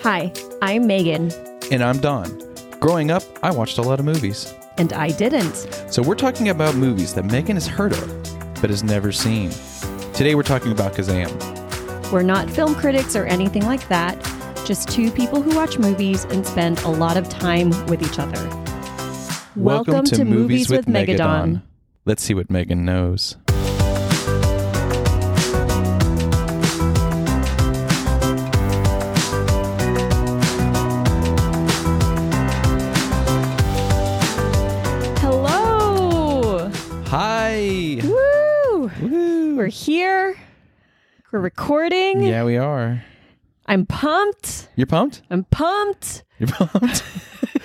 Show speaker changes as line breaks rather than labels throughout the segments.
Hi, I'm Megan,
And I'm Don. Growing up, I watched a lot of movies.
and I didn't.
So we're talking about movies that Megan has heard of, but has never seen. Today we're talking about Kazam.
We're not film critics or anything like that, just two people who watch movies and spend a lot of time with each other. Welcome, to, Movies with Megadon.
Let's see what Megan knows.
Hello!
Hi!
Woo!
Woo.
We're here. We're recording.
Yeah, we are.
I'm pumped.
You're pumped?
I'm pumped.
You're pumped?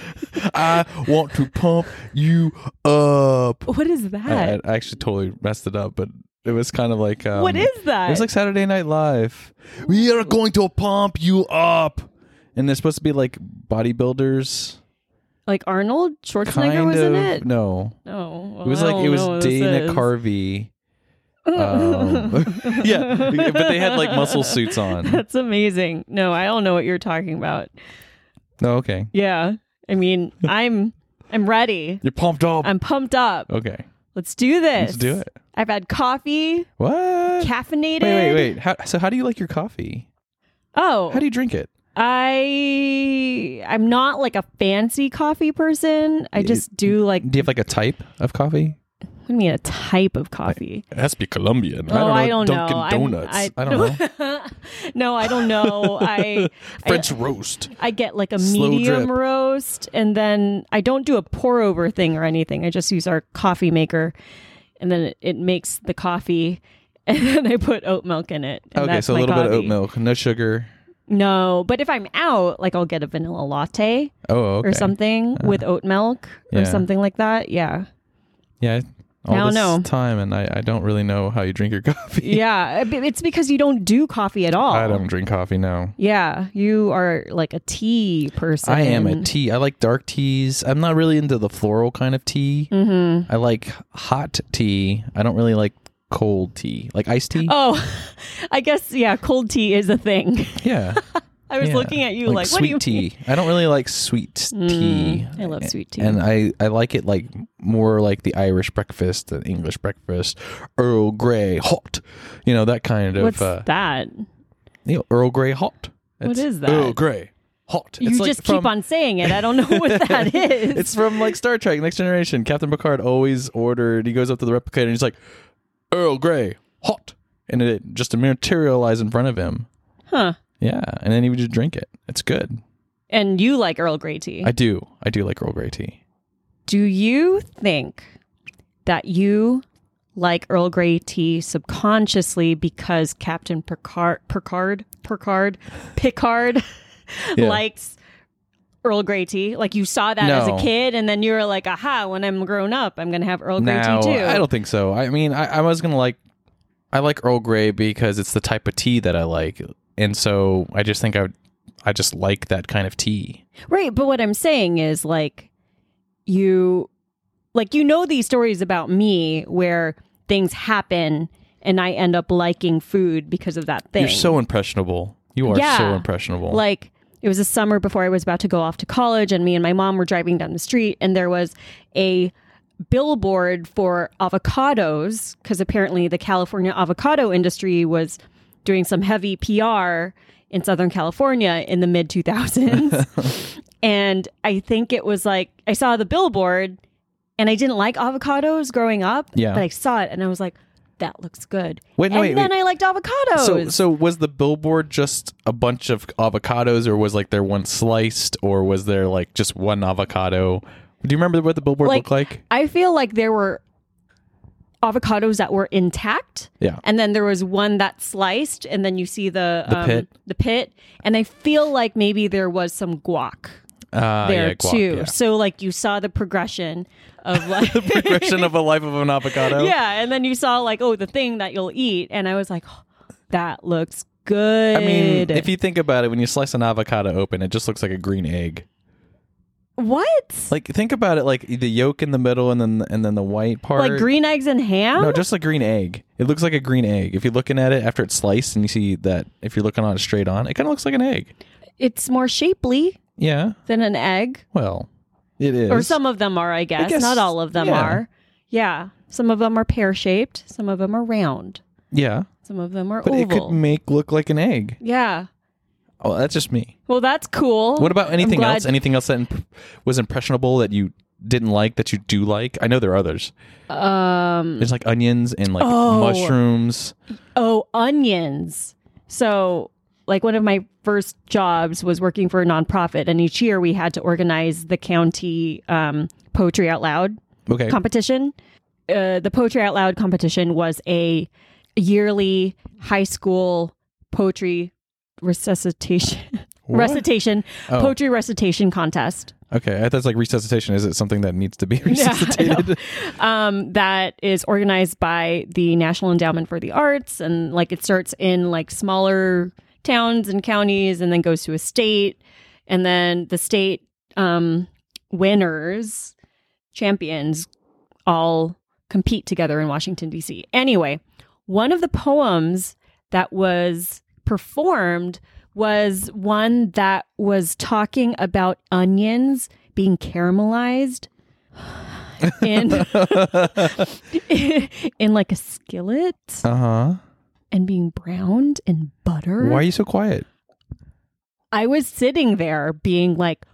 I want to pump you up.
What is
I,
that?
I actually totally messed it up, but it was kind of like. Um,
what is that?
It was like Saturday Night Live. We are going to pump you up. And they're supposed to be like bodybuilders.
Like Arnold Schwarzenegger
Kind
was
of.
in it? Oh,
No.
No.
It was like, it was Dana Carvey. Um, yeah. But they had like muscle suits on.
That's amazing. No, I don't know what you're talking about.
Oh, okay.
Yeah. I mean, I'm I'm ready.
You're pumped up.
I'm pumped up.
okay.
Let's do this.
Oh. Let's do it.
I've had coffee,
What?
caffeinated.
Wait, wait, wait. How, so, how do you like your coffee?
Oh,
How do you drink it?
I I'm not like a fancy coffee person. I just do like
Do you have like a type of coffee?
what do you mean a type of coffee?
It has to be Colombian.
oh, I don't know. I'm-
I, don't know.
know. no, I don't know. I
French roast.
I get like a
Slow
medium
drip.
roast, and then I don't do a pour over thing or anything. I just use our coffee maker, and then it, it makes the coffee, and then I put oat milk in it. and
Okay,
that's
so a
my
little bit of
coffee.
oat milk, no sugar.
No, but if I'm out, like I'll get a vanilla latte
Oh, okay.
or something with oat milk
Yeah.
or something like that. Yeah,
Yeah, all
I don't
this
know.
time, and I, I don't really know how you drink your coffee.
yeah. but It's because you don't do coffee at all.
I don't drink coffee now.
Yeah, you are like a tea person.
I am a tea. I like dark teas. I'm not really into the floral kind of tea. Mm-hmm. I like hot tea. I don't really like cold tea, like iced tea.
Oh, I guess yeah. Cold tea is a thing.
Yeah,
I was
yeah.
looking at you like,
sweet
what do you Mm,
tea. I don't really like sweet tea.
I love sweet tea.
And I, I like it like more like the Irish breakfast than English breakfast. Earl Grey hot, you know that kind of.
What's
uh,
that?
you know, Earl Grey hot.
What
It's
is that?
Earl Grey hot.
You
It's like
just keep
from-
on saying it. I don't know what that is.
It's from like Star Trek Next Generation. Captain Picard always ordered. He goes up to the replicator and he's like, Earl Grey hot, and it just materialized in front of him.
huh.
Yeah, and then he would just drink it. It's good.
And you like Earl Grey tea.
I do. I do like Earl Grey tea.
Do you think that you like Earl Grey tea subconsciously because Captain Picard Picard Picard Picard
Yeah.
likes Earl Grey tea? Like you saw that as
No.
a kid and then you were like, aha, when I'm grown up, I'm gonna have Earl Grey
No,
tea too.
I don't think so. I mean, I, I was gonna like, I like Earl Grey because it's the type of tea that I like, and so I just think I, would, I just like that kind of tea.
Right, but what I'm saying is like you like you know these stories about me where things happen and I end up liking food because of that thing.
You're so impressionable. You are
Yeah.
so impressionable.
like it was a summer before I was about to go off to college and me and my mom were driving down the street and there was a billboard for avocados because apparently the California avocado industry was doing some heavy PR in Southern California in the mid 2000s. and I think it was like I saw the billboard and I didn't like avocados growing up,
Yeah.
but I saw it and I was like that looks good.
Wait, no,
and
wait,
then
wait.
I liked avocados.
So, so was the billboard just a bunch of avocados, or was like there one sliced, or was there like just one avocado? Do you remember what the billboard
Like-
looked like?
I feel like there were avocados that were intact.
Yeah.
And then there was one that sliced, and then you see the um,
The pit.
the pit. And I feel like maybe there was some guac
Uh,
there
yeah, guac,
too.
yeah.
So like you saw the progression of like
Progression of a life of an avocado.
yeah, and then you saw like oh the thing that you'll eat, and I was like oh, that looks good.
I mean, if you think about it, when you slice an avocado open, it just looks like a green egg.
what
Like think about it, like the yolk in the middle, and then and then the white part.
like green eggs and ham?
No, just a green egg. It looks like a green egg. If you're looking at it after it's sliced, and you see that, if you're looking on it straight on, it kind of looks like an egg.
it's more shapely
Yeah.
than an egg.
Well, it is.
Or some of them are, I guess.
guess-
Not all of them
yeah.
are. Yeah. Some of them are pear shaped, some of them are round,
Yeah.
some of them are
But it
oval.
could make look like an egg.
yeah.
Oh, that's just me.
Well, that's cool.
What about anything
glad-
else? Anything else that imp- was impressionable that you didn't like that you do like? I know there are others.
um
There's like onions and like
Oh.
mushrooms.
oh, onions. So, like one of my first jobs was working for a nonprofit and each year we had to organize the county um poetry out loud
Okay.
competition. Uh, the Poetry Out Loud competition was a yearly high school poetry resuscitation
What?
recitation
Oh.
poetry recitation contest
Okay. I- That's like resuscitation. Is it something that needs to be resuscitated?
um, that is organized by the National Endowment for the Arts and like it starts in like smaller towns and counties and then goes to a state and then the state um, winners champions all compete together in Washington D.C. Anyway, one of the poems that was performed was one that was talking about onions being caramelized in in like a skillet
uh huh.
and being browned in butter.
Why are you so quiet?
I was sitting there being like,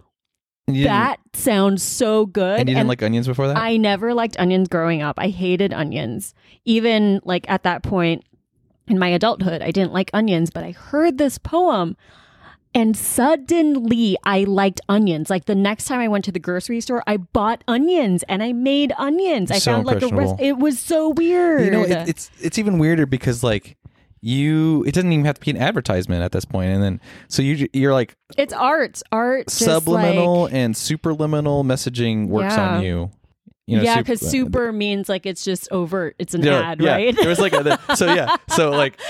And you didn't-
that sounds so good.
And you didn't like onions before that?
I never liked onions growing up. I hated onions. Even like at that point in my adulthood, I didn't like onions, but I heard this poem and suddenly I liked onions. Like the next time I went to the grocery store, I bought onions and I made onions. I
So
found like a rest.
impressionable.
It was so weird.
You know, it, it's it's even weirder because like you, it doesn't even have to be an advertisement at this point, and then so you you're like
It's art. Art just
subliminal
like-
and superliminal messaging works on
Yeah.
you. You know,
yeah,
sup-
because super means like it's just overt. It's an
Yeah,
ad,
yeah.
right?
It was like a, so yeah, so like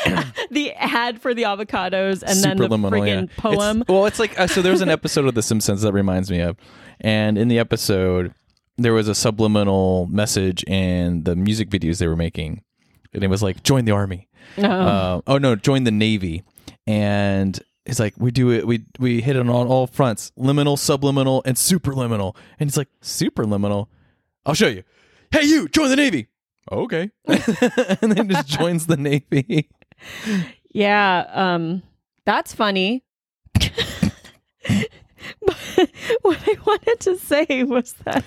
the ad for the avocados and then the
superliminal. yeah.
freaking
It's-
poem.
well, it's like uh, so. There was an episode of The Simpsons that reminds me of, and in the episode there was a subliminal message in the music videos they were making, and it was like join the army.
No.
uh, oh no, join the navy, and he's like, we do it, we we hit it on all fronts, liminal, subliminal, and superliminal, and he's like, superliminal, I'll show you. Hey, you join the navy. Okay, and then just joins the navy.
Yeah, um, that's funny. but what I wanted to say was that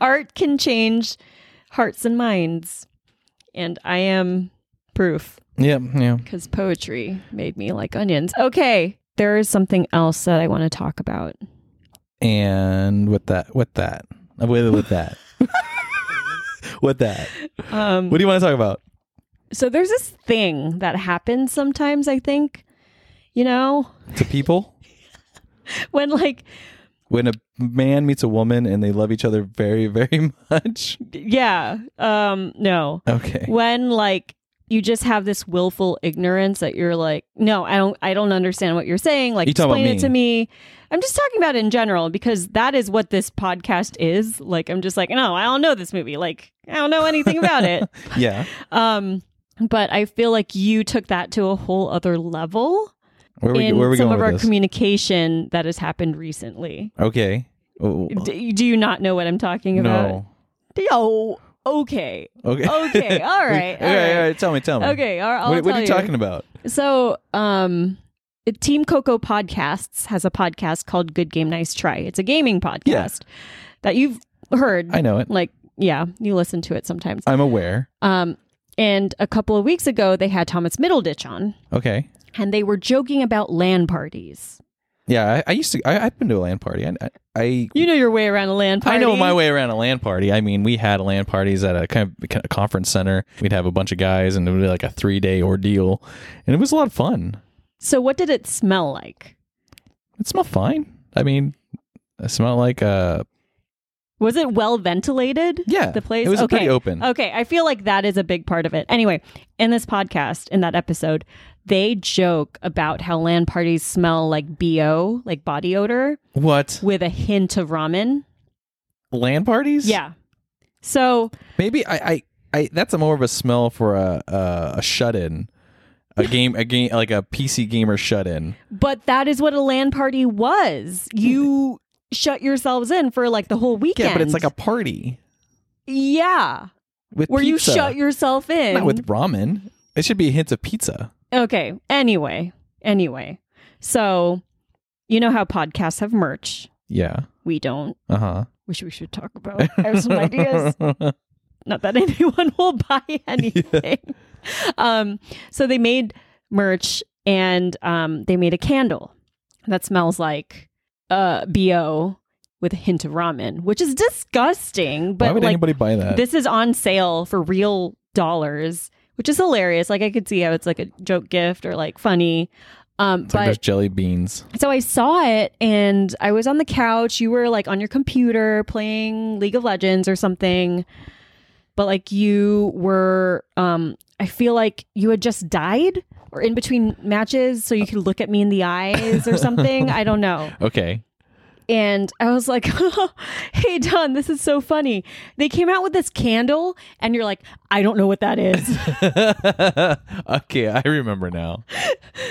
art can change hearts and minds, and I am proof
Yeah, yeah.
because poetry made me like onions. Okay, there is something else that I want to talk about.
And with that, with that, with with that, with that.
Um,
What do you want to talk about?
so there's this thing that happens sometimes. I think, you know,
To people,
when like
when a man meets a woman and they love each other very, very much.
yeah, um, no,
Okay.
when like you just have this willful ignorance that you're like, no, I don't, I don't understand what you're saying. Like,
You talking about
explain it
me?
to me. I'm just talking about in general because that is what this podcast is. Like, I'm just like, no, I don't know this movie. Like, I don't know anything about it.
Yeah.
Um, but I feel like you took that to a whole other level
Where are we,
in
where are we
some
going
of
with
our
this?
communication that has happened recently.
Okay. Oh,
D- do you not know what I'm talking about?
no.
Oh, okay,
Okay.
okay, all
We-
right, all
all right.
right.
Tell me. Tell me.
Oh, okay. I'll, I'll
What, what
tell
are you talking about?
So, um, Team Coco Podcasts has a podcast called Good Game Nice Try. It's a gaming podcast that you've heard.
I know it.
Like, yeah, you listen to it sometimes.
I'm aware.
Um, and a couple of weeks ago, they had Thomas Middleditch on,
Okay.
and they were joking about LAN parties.
Yeah. I, I used to. I, I've been to a land party. I. I- I
You know your way around a LAN party.
I know my way around a land party. I mean, we had land parties at a kind of a conference center. We'd have a bunch of guys, and it would be like a three day ordeal, and it was a lot of fun.
So, what did it smell like?
It smelled fine. I mean, it smelled like uh,
Was it well ventilated?
yeah,
The place?
It was
okay. Uh,
pretty open.
Okay, I feel like that is a big part of it. Anyway, in this podcast, in that episode, they joke about how land parties smell like BO, like body odor,
What
with a hint of ramen.
land parties?
Yeah. So
Maybe I, I, I that's a more of a smell for a a, a shut in. a game, a game like a PC gamer shut in.
But that is what a land party was. You shut yourselves in for like the whole weekend.
Yeah, but it's like a party
yeah,
with
where
pizza,
you shut yourself in.
not with ramen. It should be hints of pizza.
okay. Anyway, anyway, so you know how podcasts have merch.
Yeah.
We don't.
Uh huh.
Which we should talk about. I have some ideas. Not that anyone will buy anything. Um, so they made merch and um, they made a candle that smells like uh, bo with a hint of ramen, which is disgusting.
Why
But
would
like,
anybody buy that?
this is on sale for real dollars, which is hilarious. Like I could see how it's like a joke gift or like funny. Um,
it's like there's
but
jelly beans.
so I saw it and I was on the couch. You were like on your computer playing League of Legends or something, but like you were, um, I feel like you had just died or in between matches, so you could look at me in the eyes or something. I don't know.
Okay.
And I was like, hey, Don, this is so funny. They came out with this candle, and you're like, I don't know what that is.
okay, I remember now.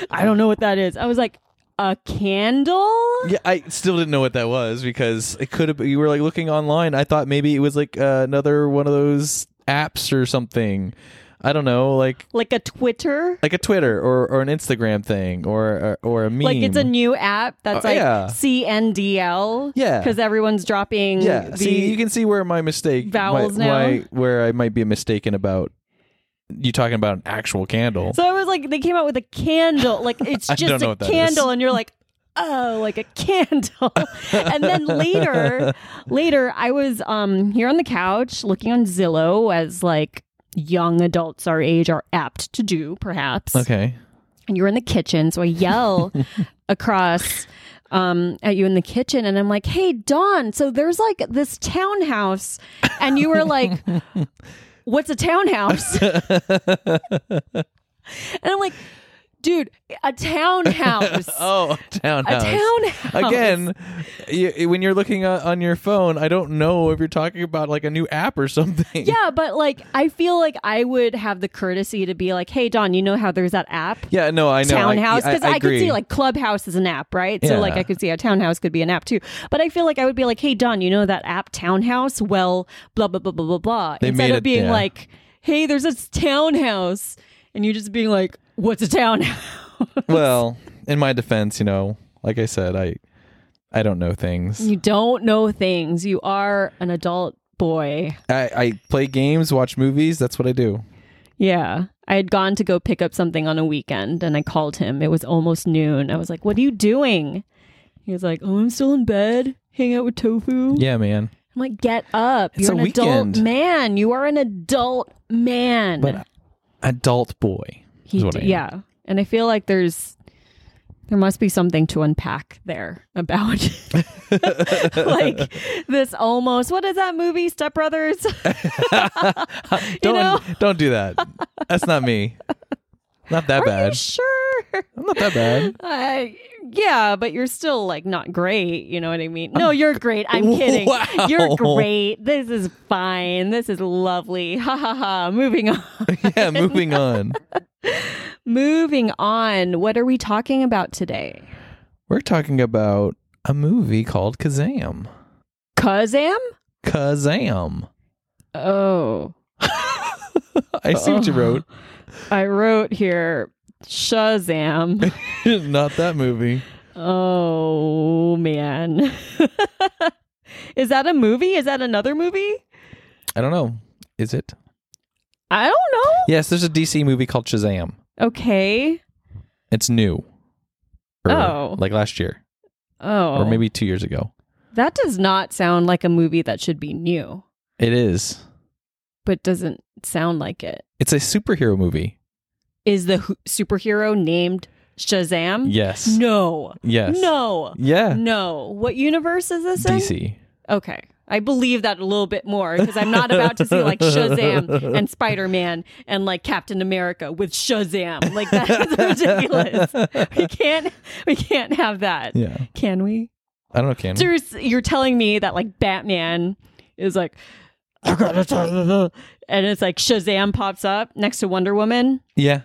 I don't know what that is. I was like, a candle?
Yeah, I still didn't know what that was because it could have. You were like looking online. I thought maybe it was like uh, another one of those apps or something. I don't know, like
Like a Twitter?
like a Twitter or, or an Instagram thing or or, or a meme.
Like it's a new app that's
Uh,
like
yeah.
CNDL.
Yeah.
Because everyone's dropping
yeah. E
the
see, you can see where my mistake
Vowels
my,
now.
my- where I might be mistaken about you talking about an actual candle.
So I was like, they came out with a candle. Like it's
I don't
just
know
a
what that
candle, and you're like, oh, like a candle. and then later, later, I was um here on the couch looking on Zillow as like young adults our age are apt to do, perhaps.
okay.
And you're in the kitchen, so I yell across um at you in the kitchen and I'm like, "Hey, Dawn, so there's like this townhouse." And you were like, "What's a townhouse?" and I'm like, "Dude, a townhouse."
Oh,
a
townhouse.
townhouse.
Again, y when you're looking o- on your phone, I don't know if you're talking about like a new app or something.
Yeah, but like I feel like I would have the courtesy to be like, "Hey, Dawn, you know how there's that app?"
Yeah, no, I know. I-
townhouse
I,
because I, could
agree.
see like clubhouse is an app right
Yeah.
so like i could see how townhouse could be an app too but i feel like i would be like hey don you know that app townhouse well blah blah blah blah blah blah
They
instead
made
of
it-
being
yeah.
like hey there's this townhouse and you just being like what's a townhouse
well, in my defense, you know, like I said, I I don't know things.
you don't know things you are an adult boy
I, I play games, watch movies. That's what I do.
yeah I had gone to go pick up something on a weekend and I called him. It was almost noon. I was like, What are you doing? He was like, Oh, I'm still in bed, hang out with tofu.
Yeah, man.
I'm like, get up.
It's
You're
a
an adult
weekend.
man. You are an adult man.
But adult boy.
he,
is what
d-
I am.
yeah. And I feel like there's there must be something to unpack there about like this almost what is that movie Step Brothers?
Don't
know?
don't do that. That's not me. Not that
are you
bad.
sure?
I'm not that bad.
Uh, yeah, but you're still like not great. You know what I mean? No, you're great. I'm kidding.
Wow.
You're great. This is fine. This is lovely. Ha ha ha. Moving on.
yeah, moving on.
Moving on, what are we talking about today?
We're talking about a movie called Kazam.
Kazam?
Kazam.
Oh,
I see what you wrote.
I wrote here Shazam.
not that movie.
oh, man. Is that a movie? Is that another movie?
I don't know. Is it?
I don't
Yes, there's a DC movie called Shazam.
know. Okay.
It's new.
Oh.
Like last year.
Oh.
Or maybe two years ago.
that does not sound like a movie that should be new,
It is.
but doesn't sound like it.
It's a superhero movie.
Is the hu- superhero named Shazam?
Yes.
Mm. No.
Yes.
No.
Yeah.
No. What universe is this in?
DC.
Okay. I believe that a little bit more because I'm not about to see like Shazam and Spider Man and like Captain America with Shazam. Like that is ridiculous. We can't we can't have that.
Yeah.
Can we?
I don't know, Ken.
Seriously, you're telling me that like Batman is like "I gotta tell you the-" and it's like Shazam pops up next to Wonder Woman.
Yeah.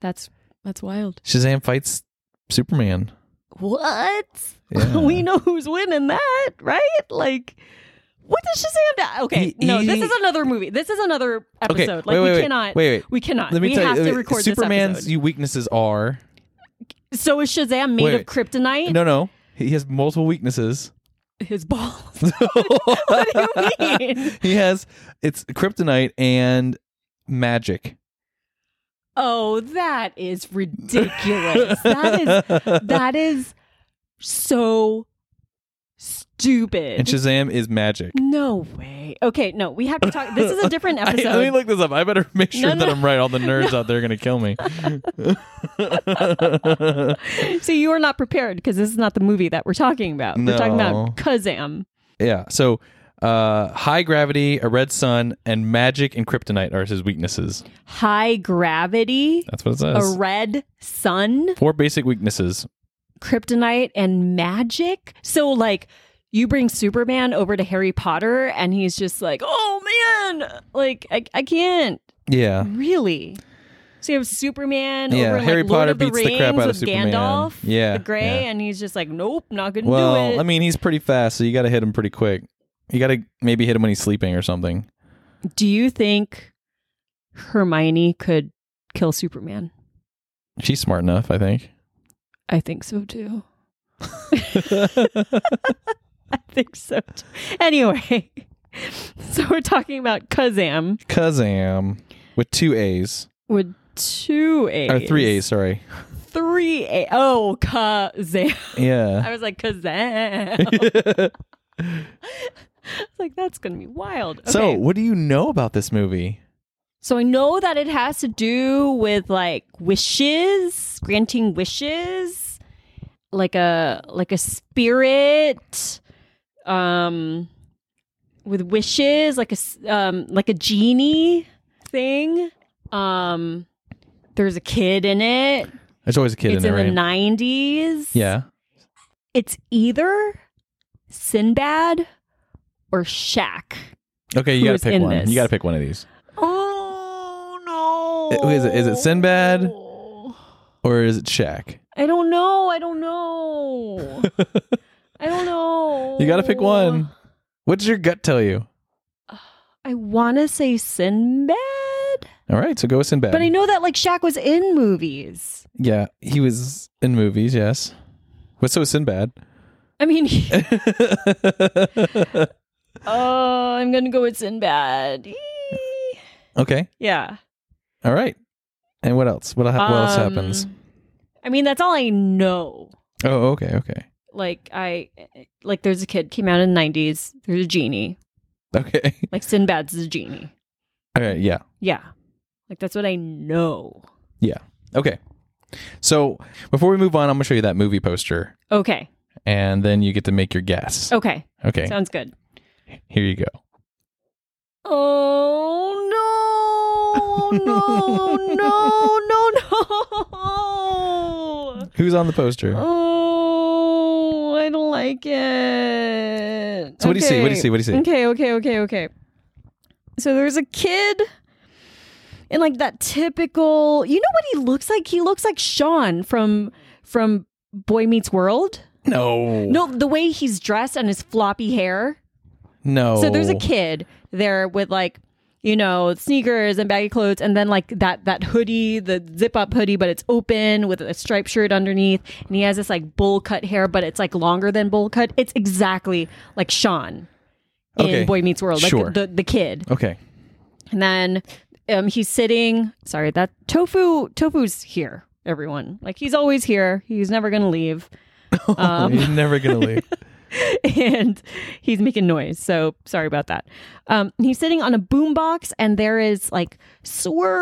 That's that's wild.
Shazam fights Superman.
What?
Yeah.
we know who's winning that, right? Like, what does Shazam do? Okay,
He-
no, this
he-
is another movie. This is another episode.
Okay,
like
wait,
we
wait, wait,
cannot.
wait, wait.
We cannot.
Let me
we
tell
have
you, uh,
to record
Superman's
this episode.
weaknesses are
So is Shazam made
Wait,
of
wait.
kryptonite?
no, no. He has multiple weaknesses.
His balls. what do you mean?
He has it's kryptonite and magic.
Oh, that is ridiculous. that is that is so stupid.
and Shazam is magic.
no way. Okay, no, we have to talk. This is a different
I,
episode.
let me look this up. I better make sure
No, no.
that I'm right. All the nerds out there are gonna kill me.
so you are not prepared because this is not the movie that we're talking about. We're talking
No.
about Kazam.
yeah. So uh high gravity, a red sun, and magic and kryptonite are his weaknesses.
High gravity,
That's what it
a
says.
red sun,
Four basic weaknesses.
kryptonite, and magic. So like you bring Superman over to Harry Potter and he's just like, oh man, like I, I can't.
Yeah.
Really? So you have Superman
Yeah,
over in,
Harry
like, Lord
Potter
of the
beats
Rings
the crap out of
with
Superman.
Gandalf,
Yeah,
the Gray,
yeah.
and he's just like, nope, not gonna do it.
Well, I mean, he's pretty fast, so you got to hit him pretty quick. You got to maybe hit him when he's sleeping or something.
do you think Hermione could kill Superman?
She's smart enough, I think.
I think so too. I think so. Too. Anyway, so we're talking about Kazam
Kazam with two A's
with two A's
or three A's, sorry.
three A. Oh, Kazam!
Yeah.
I was like Kazam. like that's gonna be wild.
So,
Okay.
what do you know about this movie?
so I know that it has to do with like wishes, granting wishes, like a like a spirit, um, with wishes, like a s- um like a genie thing. Um, there's a kid in it.
There's always a kid
it's
in
in,
there, right?
the '90s.
yeah.
it's either Sinbad or Shaq.
Okay, you
Who
got
is
to pick
in
one.
this?
You got to pick one of these.
Oh
Uh,
no!
who is it? Is it Sinbad? Or is it Shaq?
I don't know. I don't know. I don't know.
You got to pick one.
Oh.
What does your gut tell you?
I want to say Sinbad,
All right, so go with Sinbad.
but I know that like Shaq was in movies.
yeah, he was in movies, yes. But so is Sinbad.
I mean, oh, I'm gonna go with Sinbad. Eee.
okay.
Yeah.
All right. And what else? What, ha- what else happens?
Um, I mean, that's all I know.
Oh, okay, okay.
Like I, like there's a kid came out in the '90s. There's a genie.
Okay.
Like Sinbad's a genie.
All right, yeah.
Yeah. Like that's what I know.
Yeah. Okay. So, before we move on, I'm going to show you that movie poster
Okay.
and then you get to make your guess.
Okay.
Okay.
Oh, Sounds good.
Here you go.
Oh no. no, no, no, no.
Who's on the poster?
Oh, I don't like it.
So what do you see? What do you see? What do you see?
Okay, okay, okay, okay. So there's a kid in like that typical. You know what he looks like? He looks like Sean from from Boy Meets World.
No.
No, the way he's dressed and his floppy hair.
No.
So there's a kid there with like you know sneakers and baggy clothes, and then like that that hoodie, the zip up hoodie, but it's open with a striped shirt underneath, and he has this like bowl cut hair, but it's like longer than bowl cut. It's exactly like Sean in
Okay.
Boy Meets World, like
Sure.
the the kid,
Okay.
and then um, he's sitting. Sorry, that tofu tofu's here. Everyone, like he's always here. He's never gonna leave. Um.
He's never going to leave.
and he's making noise. So sorry about that. Um, he's sitting on a boombox, and there is like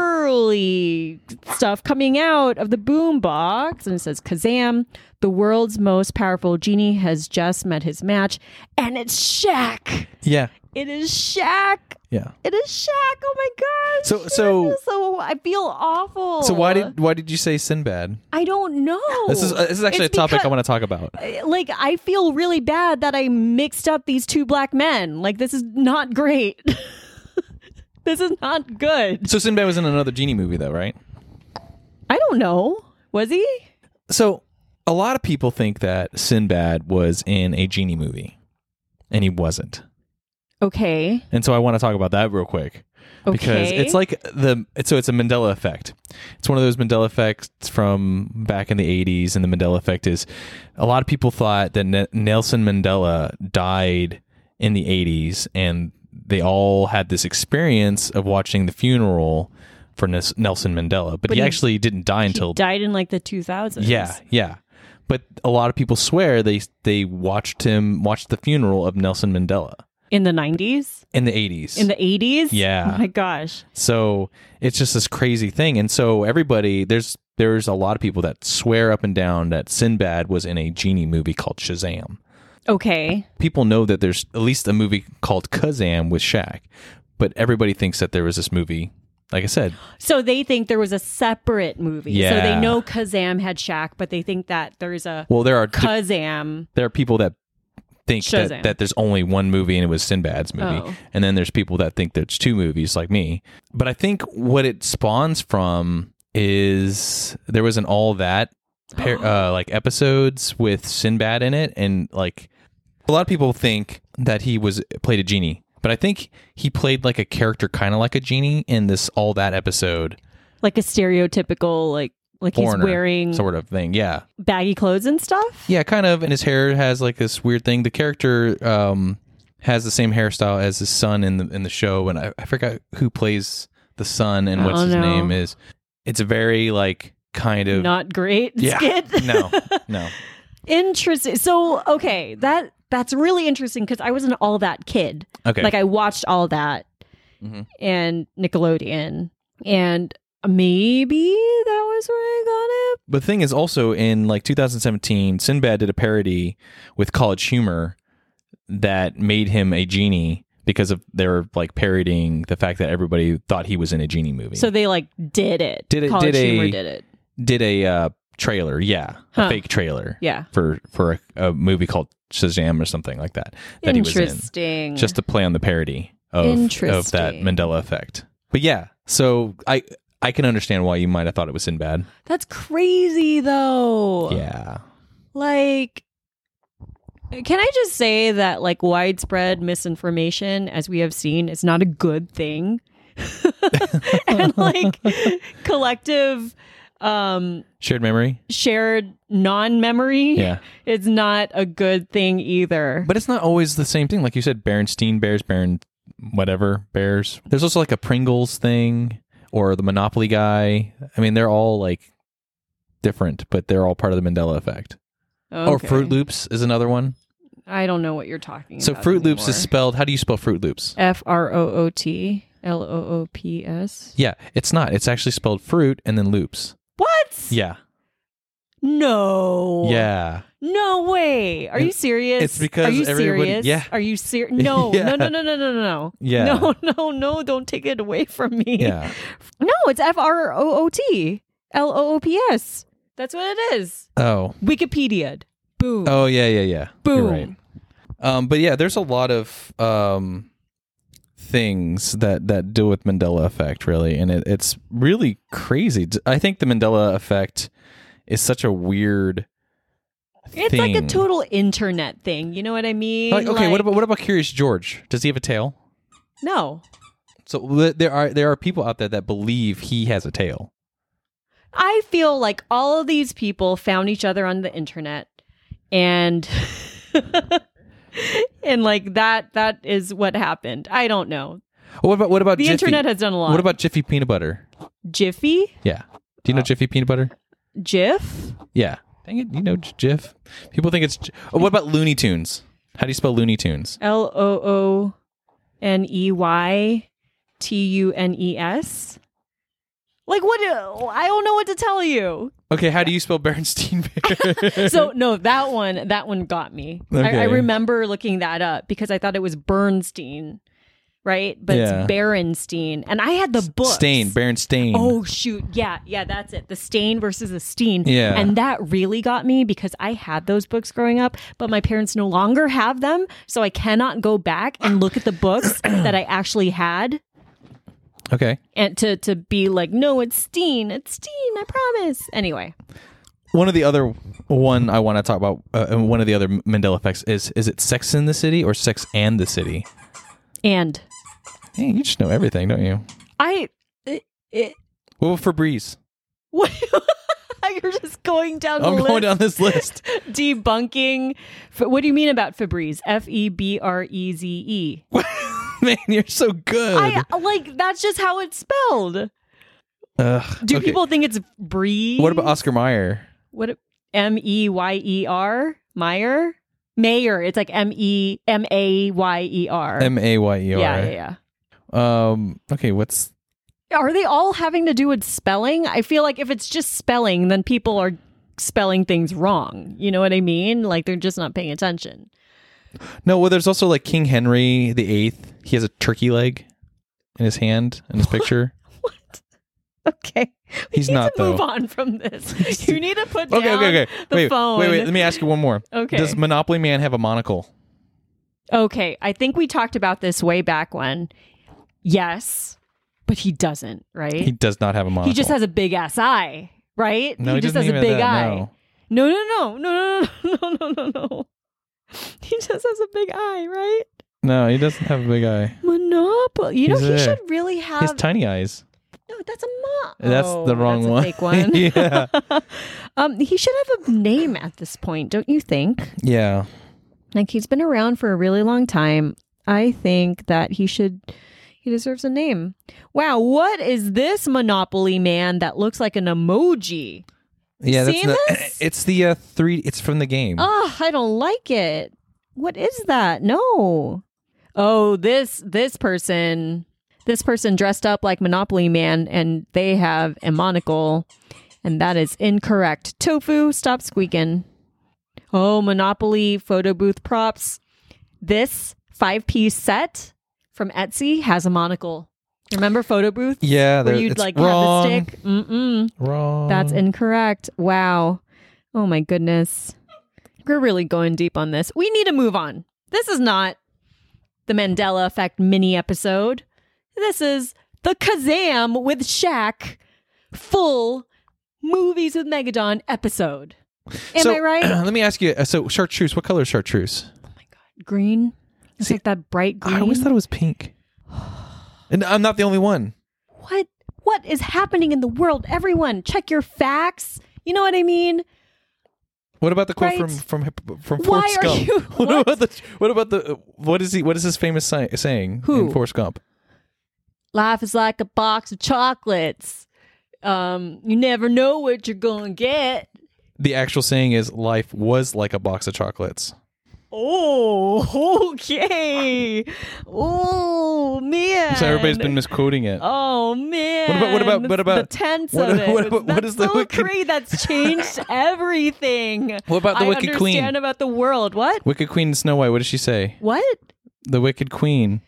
swirly stuff coming out of the boombox, and it says Kazam, the world's most powerful genie, has just met his match, and it's Shaq.
yeah.
It is Shaq.
Yeah.
It is Shaq. Oh my gosh.
So-
I
so-
feel so I feel awful.
So why did why did you say Sinbad?
I don't know?
This is uh, this is actually
It's
a topic
because-
I want to talk about.
like I feel really bad that I mixed up these two black men. Like this is not great. this is not good.
So Sinbad was in another genie movie though, right?
I don't know. Was he?
So, a lot of people think that Sinbad was in a genie movie, and he wasn't.
Okay.
And so, I want to talk about that real quick because
Okay.
it's like the it's, so it's a Mandela effect. It's one of those Mandela effects from back in the '80s, and the Mandela effect is a lot of people thought that N- Nelson Mandela died in the '80s, and they all had this experience of watching the funeral for Nes- Nelson Mandela, but, he,
he-
actually didn't die until
died in like the 2000s.
yeah, yeah. But a lot of people swear they they watched him watched the funeral of Nelson Mandela
In the 90s?
in the 80s.
In the 80s?
Yeah.
Oh my gosh.
so it's just this crazy thing and so everybody there's there's a lot of people that swear up and down that Sinbad was in a genie movie called Shazam.
Okay.
People know that there's at least a movie called Kazam with Shaq, but everybody thinks that there was this movie like I said,
So they think there was a separate movie. So
Yeah.
they know Kazam had Shaq, but they think that there's a
well there are
Kazam.
there are people that think
Shazam.
that, that there's only one movie and it was Sinbad's movie.
Oh.
And then there's people that think there's two movies like me. But I think what it spawns from is there was an all that pair, uh, like episodes with Sinbad in it and like a lot of people think that he was played a genie. But I think he played like a character kind of like a genie in this all that episode.
Like a stereotypical like like
Foreigner
he's wearing
sort of thing. Yeah.
baggy clothes and stuff.
Yeah, kind of. And his hair has like this weird thing. The character um, has the same hairstyle as his son in the in the show, and I, I forgot who plays the son and
I
what's
don't
his
know.
name is. It's a very like kind of
Oh, Not great
yeah,
skit.
no, no,
Interesting. So okay, that that's really interesting because I was an all that kid.
okay,
Like I watched all that
Mhm.
and Nickelodeon, and maybe that was where I
But the thing is also in like 2017, Sinbad did a parody with College Humor that made him a genie because of they were like parodying the fact that everybody thought he was in a genie movie.
got it. So they like did it.
Did it-
College
did a-
Humor did it.
did a uh, trailer, yeah,
Huh.
a fake trailer,
Yeah.
for for a, a movie called Shazam or something like that that he was in,
Interesting.
just to play on the parody of of that
Interesting.
Mandela effect. But yeah, so I I can understand why you might have thought it was Sinbad.
that's crazy though.
Yeah,
Like can I just say that like widespread misinformation as we have seen is not a good thing? and like collective um
shared memory.
shared non-memory
Yeah,
is not a good thing either.
but it's not always the same thing. Like you said, Berenstein Bears, Baron whatever Bears. There's also like a Pringles thing or the Monopoly guy. I mean, they're all like different, but they're all part of the Mandela effect. Or
Okay.
Fruit Loops is another one.
I don't know what you're talking
So
about.
Fruit Loops is
anymore.
spelled. How do you spell Fruit Loops?
F R O O T L O O P S.
Yeah, it's not. It's actually spelled fruit and then loops.
What?
Yeah,
No.
yeah.
No way. Are you
It's-
serious?
it's because
Are you
everybody-
serious?
yeah.
Are you serious? No.
Yeah.
No, no, no, no, no, no, no.
Yeah.
No, no, no. Don't take it away from me.
Yeah.
No, it's F R O O T L O O P S. That's what it is.
Oh.
Wikipedia. Boom.
Oh yeah yeah yeah. You're
Boom.
right. Um, but yeah, there's a lot of um things that that deal with Mandela effect really, and it, it's really crazy. D- I think the Mandela effect is such a weird.
It's like a
thing.
total internet thing. You know what I mean?
Like, okay, what
Like,
about what about Curious George? Does he have a tail?
No.
So th- there are there are people out there that believe he has a tail.
I feel like all of these people found each other on the internet and and like that that is what happened. I don't know.
What about what about
The
Jiffy?
internet has done a lot.
What about Jiffy peanut butter?
Jiffy?
Yeah. Do you know Jiffy peanut butter?
Jiff?
Yeah. Dang it, you know J- Jif. People think it's. J- Oh, what about Looney Tunes? How do you spell Looney Tunes?
L O O N E Y T U N E S? Like what do- I don't know what to tell you.
Okay, how do you spell Berenstein Bear?
So no, that one that one got me. I, I
Okay.
remember looking that up because I thought it was Bernstein, right? But
Yeah.
it's Berenstein, and I had the book
Stain, Berenstain.
Oh shoot, yeah, yeah, that's it. The Stain versus the Steen.
Yeah.
and that really got me because I had those books growing up, but my parents no longer have them, so I cannot go back and look at the books that I actually had.
Okay.
and to to be like, no, it's Steen, it's Steen, I promise. Anyway,
One of the other one I want to talk about, uh, and one of the other Mandela effects is is it Sex in the City or Sex and the City?
and
Hey, you just know everything, don't you?
I, it, it,
What about Febreze?
what, you're just going down the
I'm
list,
going down this list.
debunking. F- What do you mean about Febreze? F e b r e z e.
Man, you're so good.
I like that's just how it's spelled.
Ugh,
Do
okay.
people think it's Bree?
What about Oscar Meyer?
what M E Y E R Meyer Mayer? It's like M E M A Y E R.
M A Y E R.
Yeah, yeah, yeah.
Um. Okay. What's
Are they all having to do with spelling? I feel like if it's just spelling, then people are spelling things wrong. You know what I mean? Like they're just not paying attention.
no? Well, there's also like King Henry the Eighth. He has a turkey leg in his hand in his picture.
What? Okay. We
He's
need
not,
to move
though.
on from this. You need to put
Okay.
down
Okay. Okay.
the
wait.
phone.
Wait. Wait. Let me ask you one more.
Okay.
Does Monopoly Man have a monocle?
Okay, I think we talked about this way back when. Yes, but he doesn't, right?
He does not have a monocle.
He just has a big ass eye, right?
No, he,
just has
doesn't
a
even
big
have that,
eye.
no.
No, no, no, no, no, no, no, no, no, no. He just has a big eye, right?
No, he doesn't have a big eye.
Monopoly. You know,
He's
he
a-
should really
He has
have.
tiny eyes.
no, that's a mop.
That's the wrong
Um, oh, that's
one.
A fake one.
yeah.
um, he should have a name at this point, don't you think?
Yeah.
Like he's been around for a really long time. I think that he should he deserves a name. Wow, what is this Monopoly man that looks like an emoji?
Yeah. That's
Seen
not,
this? Oh.
it's the uh, three. It's from the game.
Ugh, I don't like it. What is that? No. Oh, this this person this person dressed up like Monopoly man and they have a monocle and that is incorrect. Tofu, stop squeaking. Oh, Monopoly photo booth props. This 5-piece set from Etsy has a monocle. Remember photo booth?
yeah.
Where
there-
you'd
it's
like
wrong,
have the stick? Mm-mm.
Wrong.
That's incorrect. Wow. Oh my goodness. We're really going deep on this. We need to move on. This is not the Mandela Effect mini episode. This is the Kazam with Shaq full movies with Megadon episode. Am
So,
I right?
let me ask you. uh, So chartreuse. What color is chartreuse?
green. It's
See,
like that bright green.
I always thought it was pink. And I'm not the only one.
what what is happening in the world? Everyone, check your facts. You know what I mean?
What about the quote
Right.
from from Hip- from
Why
Forrest
are
Gump?
you-
What?
what?
about the what about the what is he what is his famous si- saying
Who?
in Forrest Gump?
life is like a box of chocolates. Um, you never know what you're gonna get.
The actual saying is life was like a box of chocolates.
Oh, okay. Oh man.
So everybody's been misquoting it.
Oh man.
What about- what about- what about-
the tense
what-
of it?
what- what- what
That's
is the
so
wicked-
great. That's changed everything.
What about the
I
Wicked Queen?
understand about the world. What?
Wicked Queen and Snow White. What does she say?
What?
The Wicked Queen.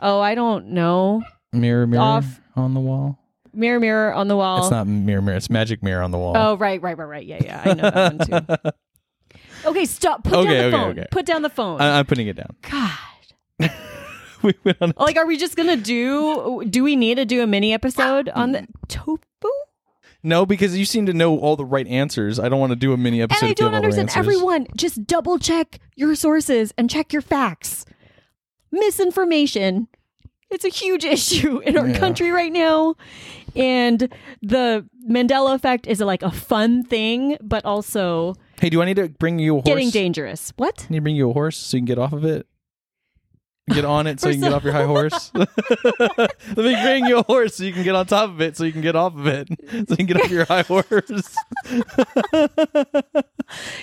Oh, I don't know.
Mirror, mirror
Off.
on the wall.
Mirror, mirror on the wall.
It's not mirror, mirror. It's magic mirror on the wall.
Oh, right, right, right, right. Yeah, yeah. I know that one too. Okay, stop. Put
Okay,
down the
okay,
phone.
okay.
Put down the phone.
I, I'm putting it down.
God.
we went on.
Like, are we just gonna do? Do we need to do a mini episode on the tofu?
No, because you seem to know all the right answers. I don't want to do a mini
And
episode.
I
if you
don't
have all the
understand.
answers.
Everyone, just double check your sources and check your facts. Misinformation. It's a huge issue in our
Yeah.
country right now. And the Mandela effect is like a fun thing, but also
Hey, do I need to bring you a horse?
getting dangerous. What?
Need to bring you a horse so you can get off of it. Get on it so you can get off your high horse. Let me bring you a horse so you can get on top of it so you can get off of it so you can get off your high horse.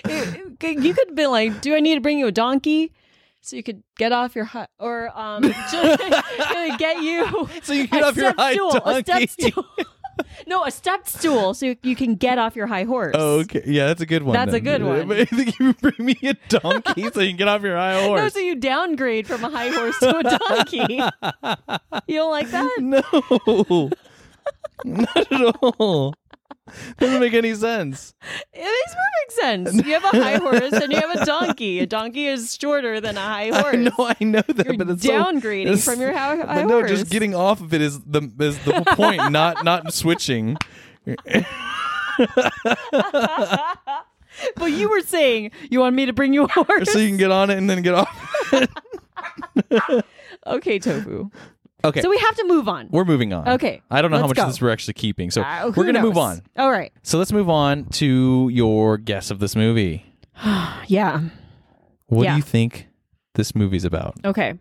Eh, you could be like, "Do I need to bring you a donkey?" So you could get off your high, or um, just gonna get you
So you can get off your
stepped
high
stool, a
donkey.
stepped stool. no, a stepped stool, so you, you can get off your high horse.
Oh, okay. Yeah, that's a good one.
That's a
then.
good one.
But I think you bring me a donkey so you can get off your high horse.
No, so you downgrade from a high horse to a donkey. you don't like that?
No, not at all. Doesn't make any sense.
It makes perfect sense. You have a high horse and you have a donkey. A donkey is shorter than a high horse.
I know, I know that,
You're
but it's so-
downgrading
it's-
from your high, high
but no,
horse.
just getting off of it is the is the point, not not switching.
But you were saying you want me to bring you a horse.
So you can get on it and then get off.
okay, tofu.
Okay,
So we have to move on.
we- are moving on.
Okay,
I don't know how
let's
much
go.
of this we're actually keeping, so
Uh, who
we're gonna move
knows?
on.
All right.
So let's move on to your guess of this movie.
Yeah.
What
Yeah.
do you think this movie's about?
Okay.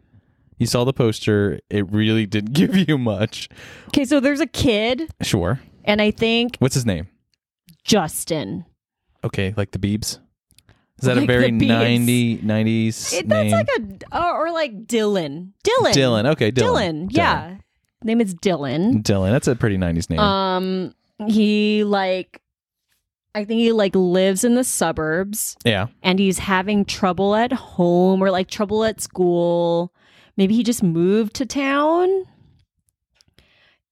You saw the poster; it really didn't give you much.
Okay. So there's a kid,
Sure.
and I think
What's his name?
Justin.
Okay, like the Beebs. Is that a
Like the
very
Biebs.
90, 90s
It, that's
name?
like a uh, or like Dylan. Dylan.
Dylan. Okay, Dylan.
Dylan. Yeah. Name is Dylan.
Dylan. That's a pretty 90s name.
Um. He like. I think he like lives in the suburbs.
yeah.
and he's having trouble at home or like trouble at school. Maybe he just moved to town.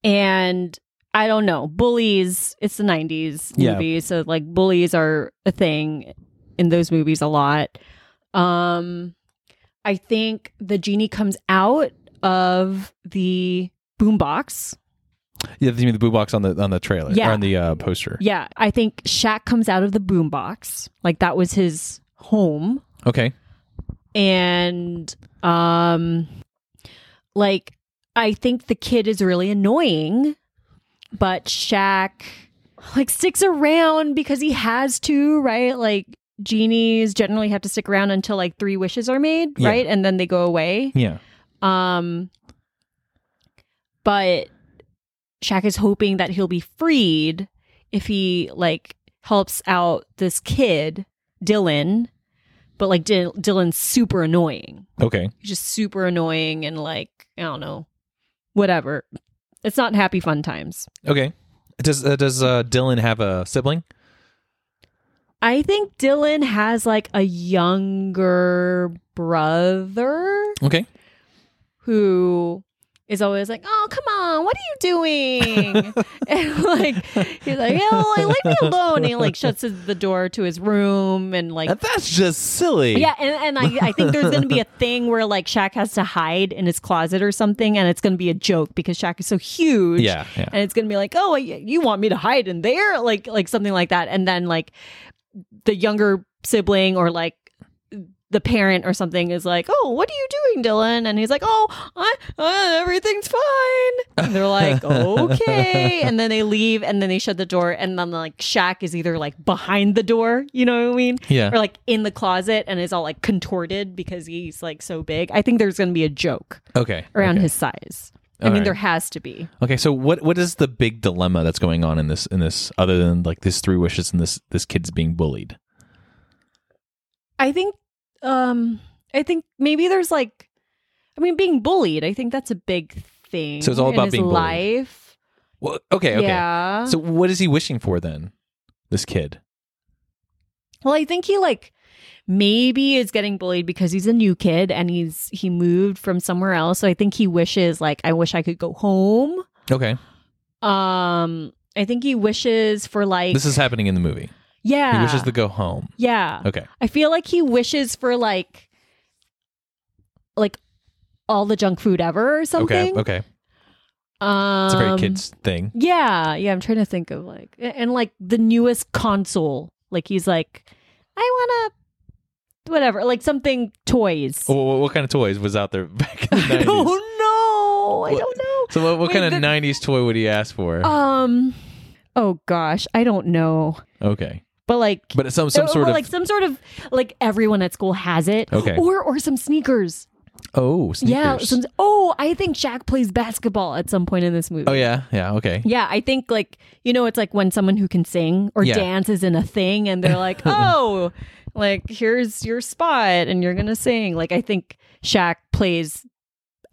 And I don't know. Bullies, it's the 90s
Yeah.
movie. So like bullies are a thing in those movies a lot. Um I think the genie comes out of the boombox.
Yeah, you mean the boo box on the on the trailer
Yeah.
or on the uh, poster.
Yeah, I think Shaq comes out of the boombox. Like that was his home.
Okay.
and um like I think the kid is really annoying, but Shaq like sticks around because he has to, right? Like genies generally have to stick around until like three wishes are made,
Yeah.
right? And then they go away.
Yeah.
Um but Shaq is hoping that he'll be freed if he like helps out this kid, Dylan. But like Dil- Dylan's super annoying.
Okay.
He's just super annoying and like, I don't know, whatever. It's not happy fun times.
Okay. Does uh, does uh, Dylan have a sibling?
I think Dylan has like a younger brother.
Okay.
who is always like, "Oh, come on, what are you doing?" and like he's like, "Oh, like, leave me alone!" And he like shuts his, the door to his room and like.
That's just silly.
Yeah, and, and I, I think there's going to be a thing where like Shaq has to hide in his closet or something, and it's going to be a joke because Shaq is so huge.
Yeah, yeah.
and it's going to be like, oh, y- you want me to hide in there, like like something like that, and then like the younger sibling or like the parent or something is like, "Oh, what are you doing, Dylan?" And he's like, "Oh, I, uh, everything's fine." And they're like, "Okay," and then they leave, and then they shut the door, and then like Shaq is either like behind the door, you know what I mean,
Yeah.
or like in the closet and is all like contorted because he's like so big. I think there's gonna be a joke
Okay.
around
okay.
his size. I
All
mean,
right.
there has to be.
Okay, so what what is the big dilemma that's going on in this in this other than like this three wishes and this this kid's being bullied?
I think, um, I think maybe there's like, I mean, being bullied. I think that's a big thing.
So it's all
in
about
his
being bullied.
life.
Well, okay, okay.
Yeah.
So what is he wishing for then? This kid.
Well, I think he like maybe is getting bullied because he's a new kid and he's he moved from somewhere else. So I think he wishes like I wish I could go home.
Okay.
Um I think he wishes for like
This is happening in the movie.
yeah.
He wishes Oh. to go home.
yeah.
Okay.
I feel like he wishes for like like all the junk food ever or something.
Okay. Okay.
Um
It's a very kids thing.
Yeah, yeah. I'm trying to think of like a- and like the newest console. Like he's like, I wanna whatever, like something toys.
Well, what, what kind of toys was out there back in the
I
90s?
don't know. I
What-
don't know.
So what, what
Wait,
kind of
the-
90s toy would he ask for?
Um. Oh gosh, I don't know.
okay.
But like,
But some some
or-
sort
or
of
like some sort of like everyone at school has it.
Okay.
Or or some sneakers.
oh, sneakers.
Yeah. Some. Oh, I think Shaq plays basketball at some point in this movie.
oh yeah. Yeah, okay.
Yeah, I think like you know, it's like when someone who can sing or
Yeah.
dance is in a thing, and they're like, "Oh, like here's your spot, and you're gonna sing." Like I think Shaq plays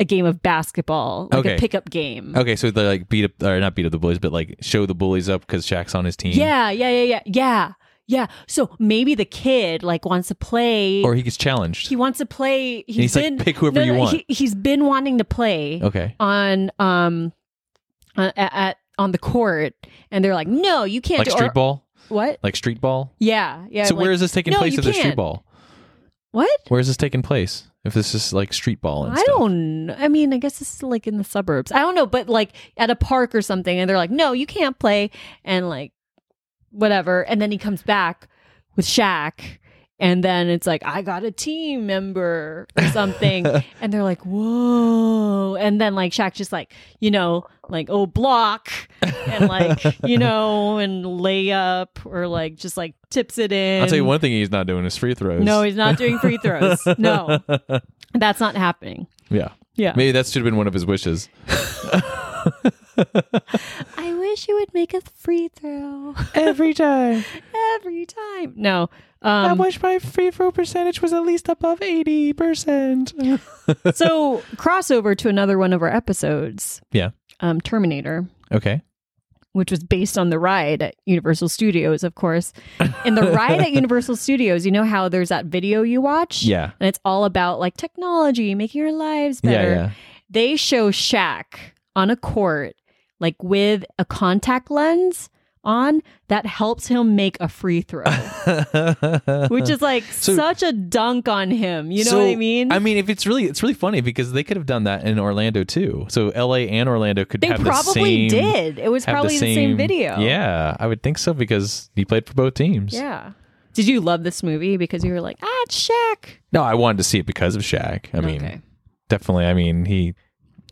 a game of basketball, like
Okay.
a pickup game.
Okay, so they like beat up or not beat up the bullies, but like show the bullies up cuz Shaq's on his team.
Yeah, yeah, yeah, yeah, yeah, yeah. So maybe the kid like wants to play.
Or he gets challenged.
he wants to play.
he's like,
been
"Pick whoever you want."
He, has been wanting to play
okay.
on um uh, at on the court, and they're like, "No, you can't."
like
do- or-
street ball,
What?
like street ball.
Yeah, yeah.
so
like-
where is this taking
no,
place?
you
If there's street
can't.
ball,
What?
where is this taking place? If this is like street ball, and
I
stuff.
don't. kn- I mean, I guess it's like in the suburbs. I don't know, but like at a park or something, and they're like, "No, you can't play," and like whatever. And then he comes back with Shaq, and then it's like, "I got a team member or something," and they're like, "Whoa!" And then like Shaq just like you know like oh block and like you know and lay up or like just like tips it in.
I'll tell you one thing he's not doing is free throws.
No, he's not doing free throws. No, that's not happening.
yeah.
Yeah.
Maybe that should have been one of his wishes.
I wish you would make a free throw
Every time.
every time. No. Um,
wish my free throw percentage was at least above 80%.
so crossover to another one of our episodes,
yeah.
um, Terminator,
Okay.
which was based on the ride at Universal Studios, of course. And the ride at Universal Studios, you know how there's that video you watch?
Yeah.
And it's all about like technology, making our lives
Yeah.
better.
Yeah.
They show Shaq on a court, like with a contact lens on that helps him make a free throw. which is like
So-
such a dunk on him. You know
So,
what I mean?
I mean, if it's really, it's really funny because they could have done that in Orlando too. So L.A. and Orlando could
they
have the
probably
same,
did. It was
have
probably the same, video.
Yeah, I would think so because he played for both teams.
Yeah. Did you love this movie because you were like, ah, it's Shaq?
No, I wanted to see it because of Shaq. I mean,
Okay.
definitely. I mean, he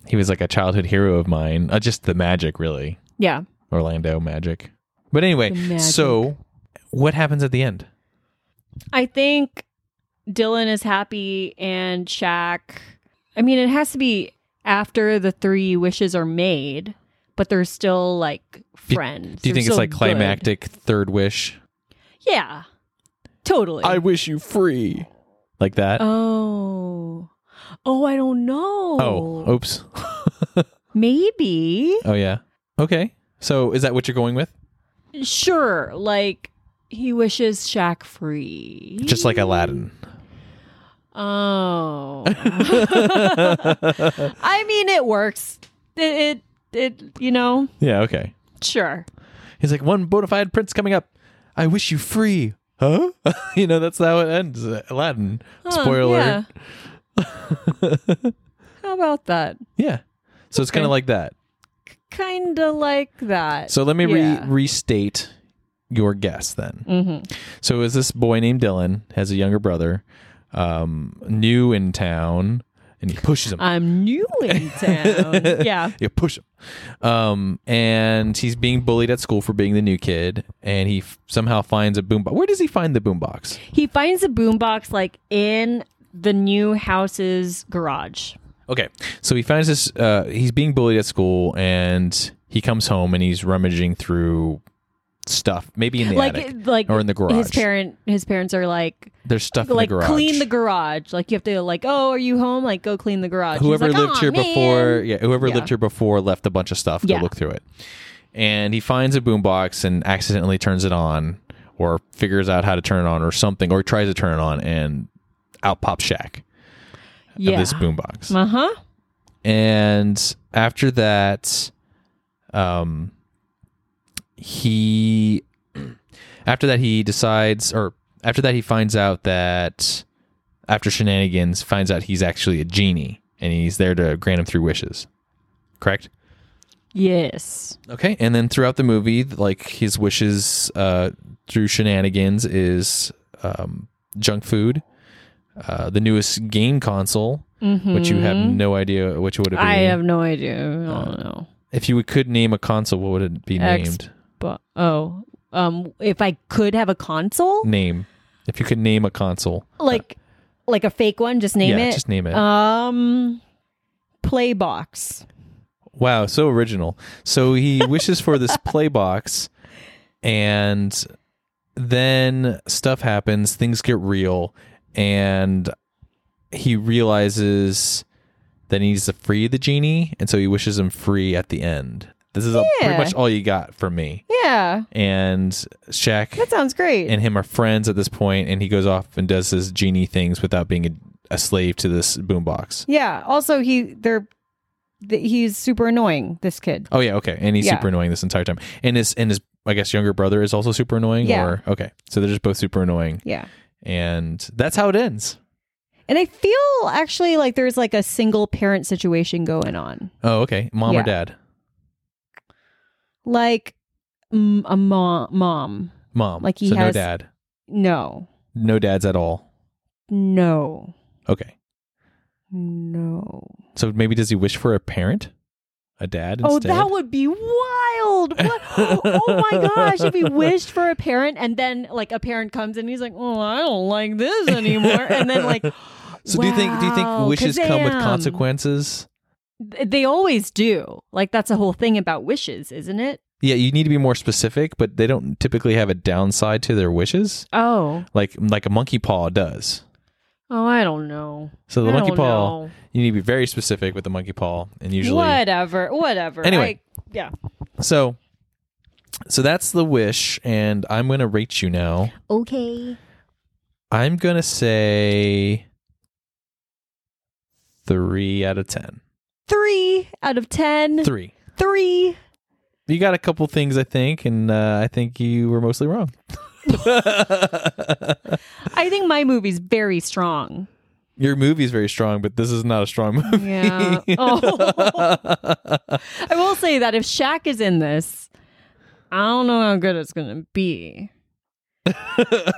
he was like a childhood hero of mine. Uh, just the magic, really,
Yeah.
Orlando magic. But anyway,
The magic.
so what happens at the end?
I think Dylan is happy and Shaq. I mean, it has to be after the three wishes are made, but they're still like friends.
Do you
They're
think
still
it's like
good.
climactic third wish?
Yeah. Totally.
wish you free, like that.
oh. Oh, I don't know.
oh, oops.
Maybe.
Oh yeah. Okay. So is that what you're going with?
Sure. Like he wishes Shaq free.
Just like Aladdin.
Oh. I mean it works. It, it it you know,
Yeah. Okay.
sure.
He's like one bona fide prince coming up. I wish you free. Huh? you know that's how it ends. Aladdin.
Huh,
Spoiler.
yeah. How about that?
Yeah. So it's kind of
Okay.
like that.
Kind of like that.
So let me
Yeah.
re- restate your guess then.
Mhm.
So is this boy named Dylan has a younger brother, um, new in town, and he pushes him.
I'm new in town. yeah.
you push him, um, and he's being bullied at school for being the new kid, and he f- somehow finds a boombox. Where does he find the boombox?
He finds a boombox like in the new house's garage.
Okay, so he finds this. Uh, he's being bullied at school, and he comes home and he's rummaging through stuff, maybe in the
like
attic
like
or in the garage.
His parent his parents are like
There's stuff
like
in the garage.
clean the garage. Like you have to like, oh, are you home? Like go clean the garage. He's
whoever
like,
lived
"Aw,
here
man."
before yeah whoever
Yeah.
lived here before left a bunch of stuff go
Yeah.
look through it and he finds a boombox and accidentally turns it on or figures out how to turn it on or something or tries to turn it on and out pops Shaq
yeah.
of this boombox
Uh huh.
and after that um he after that he decides or after that he finds out that after shenanigans finds out he's actually a genie and he's there to grant him three wishes correct
Yes.
okay and then throughout the movie like his wishes uh through shenanigans is um junk food uh the newest game console which you have no idea which it would have been
I have no idea. I
Uh,
don't know.
If you could name a console, what would it be
X-
named?
But oh, um, if I could have a console,
Name. If you could name a console.
like, like a fake one, just name
uh, yeah,
it. Uh,
just name it.
Um, Playbox.
wow, so original. So he wishes for this play box and then stuff happens, things get real, and he realizes that he needs to free the genie, and so he wishes him free at the end. This is a- pretty
Yeah.
much all you got from me.
Yeah,
And Shaq
that sounds great.
and him are friends at this point, and he goes off and does his genie things without being a, a slave to this boombox.
yeah. Also, he they're th- he's super annoying. This kid.
Oh yeah, okay. And he's
Yeah.
super annoying this entire time. And his and his I guess younger brother is also super annoying.
Yeah.
Or okay, so they're just both super annoying,
Yeah.
and that's how it ends.
And I feel actually like there's like a single parent situation going on.
Oh okay, mom
Yeah.
or dad?
Like mm, a mom mom.
Mom.
Like, he
so
has-
no dad,
No.
no dads at all.
No.
Okay,
No.
so maybe does he wish for a parent, a dad?
Oh,
instead?
that would be wild. What? oh my gosh. If he wished for a parent and then like a parent comes and he's like, Oh, I don't like this anymore. And then like
So do you think do you
wow, um,
think wishes come with
kazam.
consequences?
Th- They always do. Like that's the whole thing about wishes, isn't it?
Yeah, you need to be more specific, but they don't typically have a downside to their wishes,
Oh.
like like a monkey paw does.
Oh, I don't know.
So the
I
monkey
don't
paw,
know.
you need to be very specific with the monkey paw, and usually
Whatever. Whatever.
Anyway.
I- yeah.
so. So that's the wish, and I'm gonna rate you now.
Okay.
I'm gonna say three out of ten.
Three out of ten.
Three.
Three.
You got a couple things, I think, and uh, I think you were mostly wrong.
I think my movie's very strong.
Your movie's very strong, but this is not a strong movie.
Yeah. Oh. I will say that if Shaq is in this, I don't know how good it's going to be.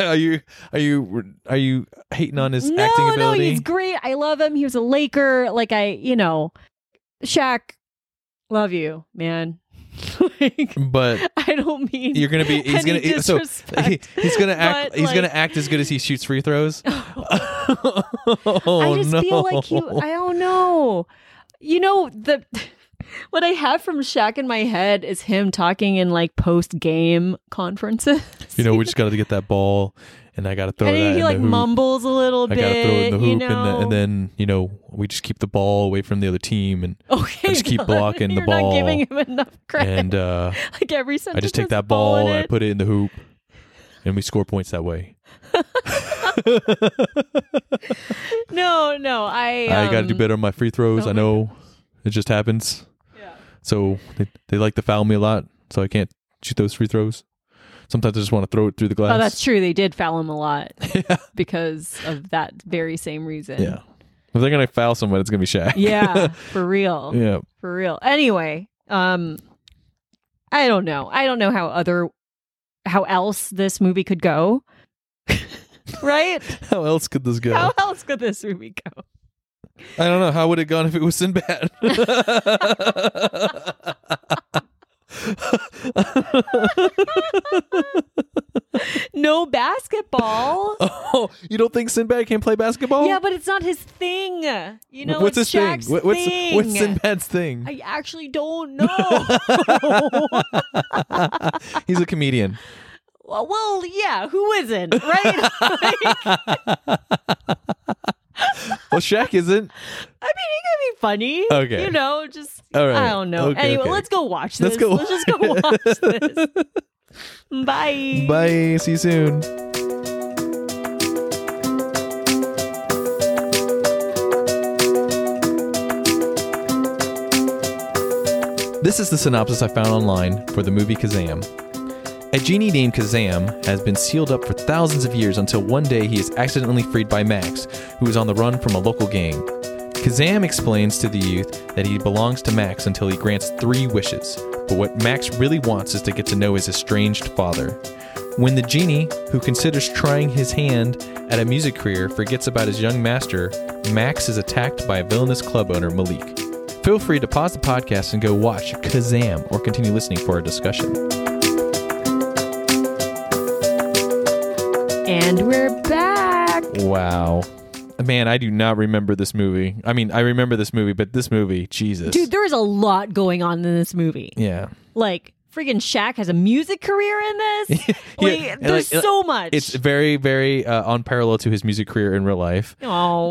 are you are you are you hating on his
no,
acting
no,
ability?
he's great. I love him. He was a Laker. Like, I, you know, Shaq, love you, man. like,
but
I don't mean.
you're gonna be
any
he's gonna he- so he,
disrespect,
he's gonna act
but,
he's gonna
like-
act as good as he shoots free throws. oh,
I just
no.
feel like you. I don't know. You know the what I have from Shaq in my head is him talking in like post game conferences.
you know, we just gotta get that ball and I gotta throw
and
that
he
in
like
the hoop.
mumbles a little
I
bit.
gotta throw it in the
you
hoop
know?
and, the, and then, you know, we just keep the ball away from the other team and
okay,
I just keep
no,
blocking the
you're
ball
Not giving him enough credit.
and uh
like every sentence.
I just
has
take that
ball in
ball and I
it.
put it in the hoop and we score points that way.
No, no, I.
I got to do
um,
better on my free throws.
oh
I
my
know it just happens.
Yeah.
So they, they like to foul me a lot, so I can't shoot those free throws. Sometimes I just want to throw it through the glass.
Oh, that's true. They did foul him a lot
yeah.
because of that very same reason.
yeah. If they're gonna foul someone, it's gonna be Shaq.
Yeah, for real.
yeah.
For real. Anyway, um I don't know. I don't know how other how else this movie could go. right?
How else could this go?
How else could this movie go?
I don't know. How would it gone if it was Sinbad?
No basketball.
oh, you don't think Sinbad can play basketball?
Yeah, but it's not his thing. You know,
Oh. what's
it's
his
Shaq's
thing? What- What's
thing.
what's Sinbad's thing?
I actually don't know.
He's a comedian.
well, well, yeah, who isn't, right?
Well, Shaq isn't.
I mean, it could be funny.
Okay.
You know, just
All right.
I don't know.
Okay,
anyway,
okay.
let's go watch this.
Let's
Let's
go
just go watch this. Bye.
Bye. See you soon. This is the synopsis I found online for the movie Kazam. A genie named Kazam has been sealed up for thousands of years until one day he is accidentally freed by Max, who is on the run from a local gang. Kazam explains to the youth that he belongs to Max until he grants three wishes, but what Max really wants is to get to know his estranged father. When the genie, who considers trying his hand at a music career, forgets about his young master, Max is attacked by a villainous club owner, Malik. Feel free to pause the podcast and go watch Kazam or continue listening for our discussion.
And we're back.
Wow. Man, I do not remember this movie. I mean, I remember this movie, but this movie, Jesus.
Dude, there's a lot going on in this movie.
yeah.
Like, friggin' Shaq has a music career in this. like,
Yeah,
there's
like,
so much.
It's very, very uh, on parallel to his music career in real life.
oh.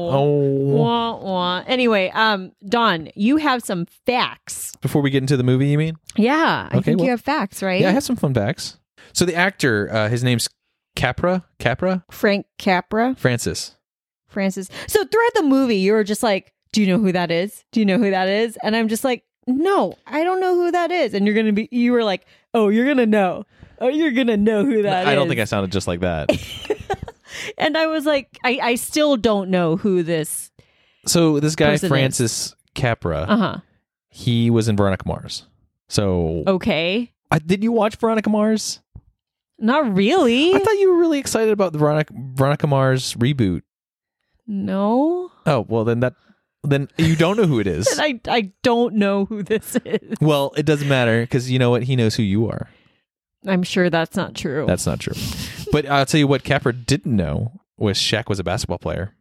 Oh.
Wah, wah. Anyway, um, Don, you have some facts.
Before we get into the movie, you mean?
Yeah, I
Okay,
think
well-
you have facts, right?
Yeah, I have some fun facts. So the actor, uh, his name's Capra. Capra?
Frank Capra,
Francis.
Francis. So throughout the movie, you were just like do you know who that is? Do you know who that is? And I'm just like, no, I don't know who that is. And you're going to be, you were like, oh, you're going to know. Oh, you're going to know who that is.
I don't think I sounded just like that.
And I was like, I, I still don't know who this,
So this guy
Person is-
Francis Capra,
uh huh.
he was in Veronica Mars. So
Oh. Okay.
I, did you watch Veronica Mars?
Not really.
I thought you were really excited about the Veronica, Veronica Mars reboot.
no.
Oh well, then that then you don't know who it is.
And I, I don't know who this is.
well, it doesn't matter because you know what? He knows who you are.
I'm sure that's not true.
That's not true. but I'll tell you what Capra didn't know was Shaq was a basketball player.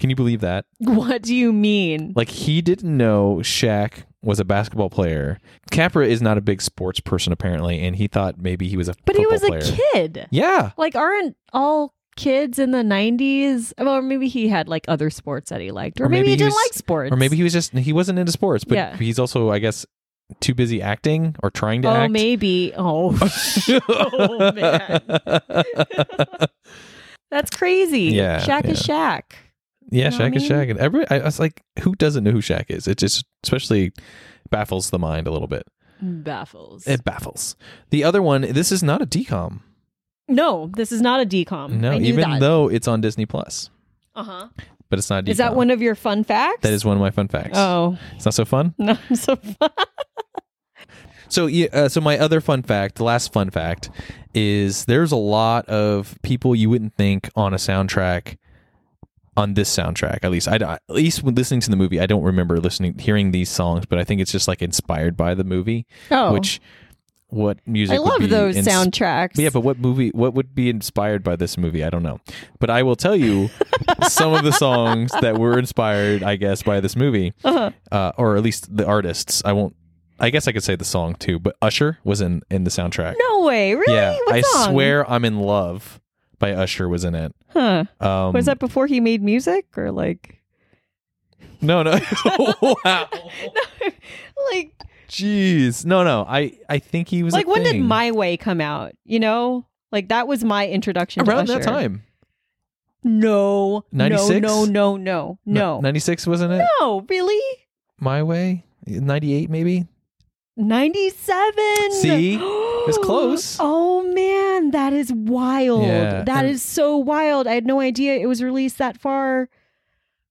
Can you believe that?
what do you mean?
Like he didn't know Shaq was a basketball player. Capra is not a big sports person apparently, and he thought maybe he was a
But he
football
was a
player.
kid.
Yeah.
Like, aren't all kids in the 90s? Well, maybe he had like other sports that he liked, or,
Or
maybe,
maybe
he
he
didn't
was-
like sports.
Or maybe he was just he wasn't into sports, but
Yeah.
he's also I guess too busy acting or trying to
Oh,
act.
maybe. Oh, Oh, man. that's crazy.
Yeah,
Shaq is Shaq.
yeah,
You know what I
Shaq is
mean?
Shaq, and every I, I was like, who doesn't know who Shaq is? It just especially baffles the mind a little bit.
Baffles.
It baffles. The other one, this is not a decom.
no, this is not a decom.
No,
Um, I knew
even
that.
though it's on Disney Plus,
Uh-huh.
but it's not. A
Is that
DCOM.
one of your fun facts?
That is one of my fun facts.
Oh,
It's not so fun.
no, I'm so fun.
So yeah, uh, so my other fun fact, the last fun fact, is there's a lot of people you wouldn't think on a soundtrack. On this soundtrack, at least I at least when listening to the movie, I don't remember listening hearing these songs, but I think it's just like inspired by the movie.
Oh,
Which what music?
I
would be
love those
ins-
soundtracks.
Yeah, but what movie? What would be inspired by this movie? I don't know. But I will tell you some of the songs that were inspired, I guess, by this movie,
Uh-huh.
uh, or at least the artists. I won't. I guess I could say the song too, but Usher was in in the soundtrack.
No way, really?
yeah,
What
I
song?
swear, "I'm in Love" by Usher was in it.
Huh.
Um,
Was that before he made music or like
no, no? wow,
like
jeez, no, no. I I think he was a
like when did
thing.
My Way come out? You know? Like that was my introduction
around
to
that
Usher.
time
No.
96?
No, no, no, no. No.
ninety six wasn't it
No, really?
my way ninety eight maybe
97.
See? It's close.
Oh man, that is wild. That
Yeah,
is
and-
so wild. I had no idea it was released that far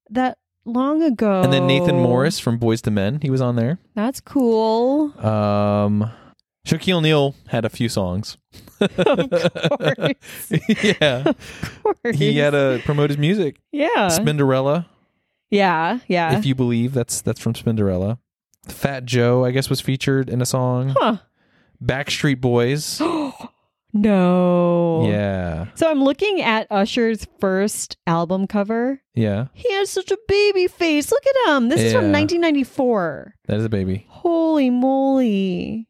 that long ago.
and then Nathan
Oh.
Morris from Boys to Men, he was on there.
That's cool.
Um, Shaquille O'Neal had a few songs.
Of course.
yeah,
Of course.
he had to promote his music.
Yeah.
Spinderella,
yeah. Uh-huh. Yeah.
if you believe, that's that's from Spinderella. Fat Joe, I guess, was featured in a song.
Huh.
Backstreet Boys.
no.
yeah,
So I'm looking at Usher's first album cover.
yeah,
He has such a baby face. Look at him. This is from
Yeah.
1994.
that is a baby.
Holy moly.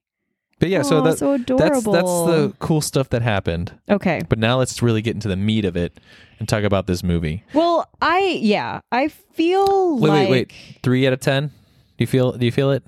But yeah, so
Aw,
that
so
that's that's
adorable.
the cool stuff that happened.
Okay.
But now let's really get into the meat of it and talk about this movie.
Well, I yeah, I feel
Wait,
like
wait, wait. Three out of ten. Do you feel? Do you feel it?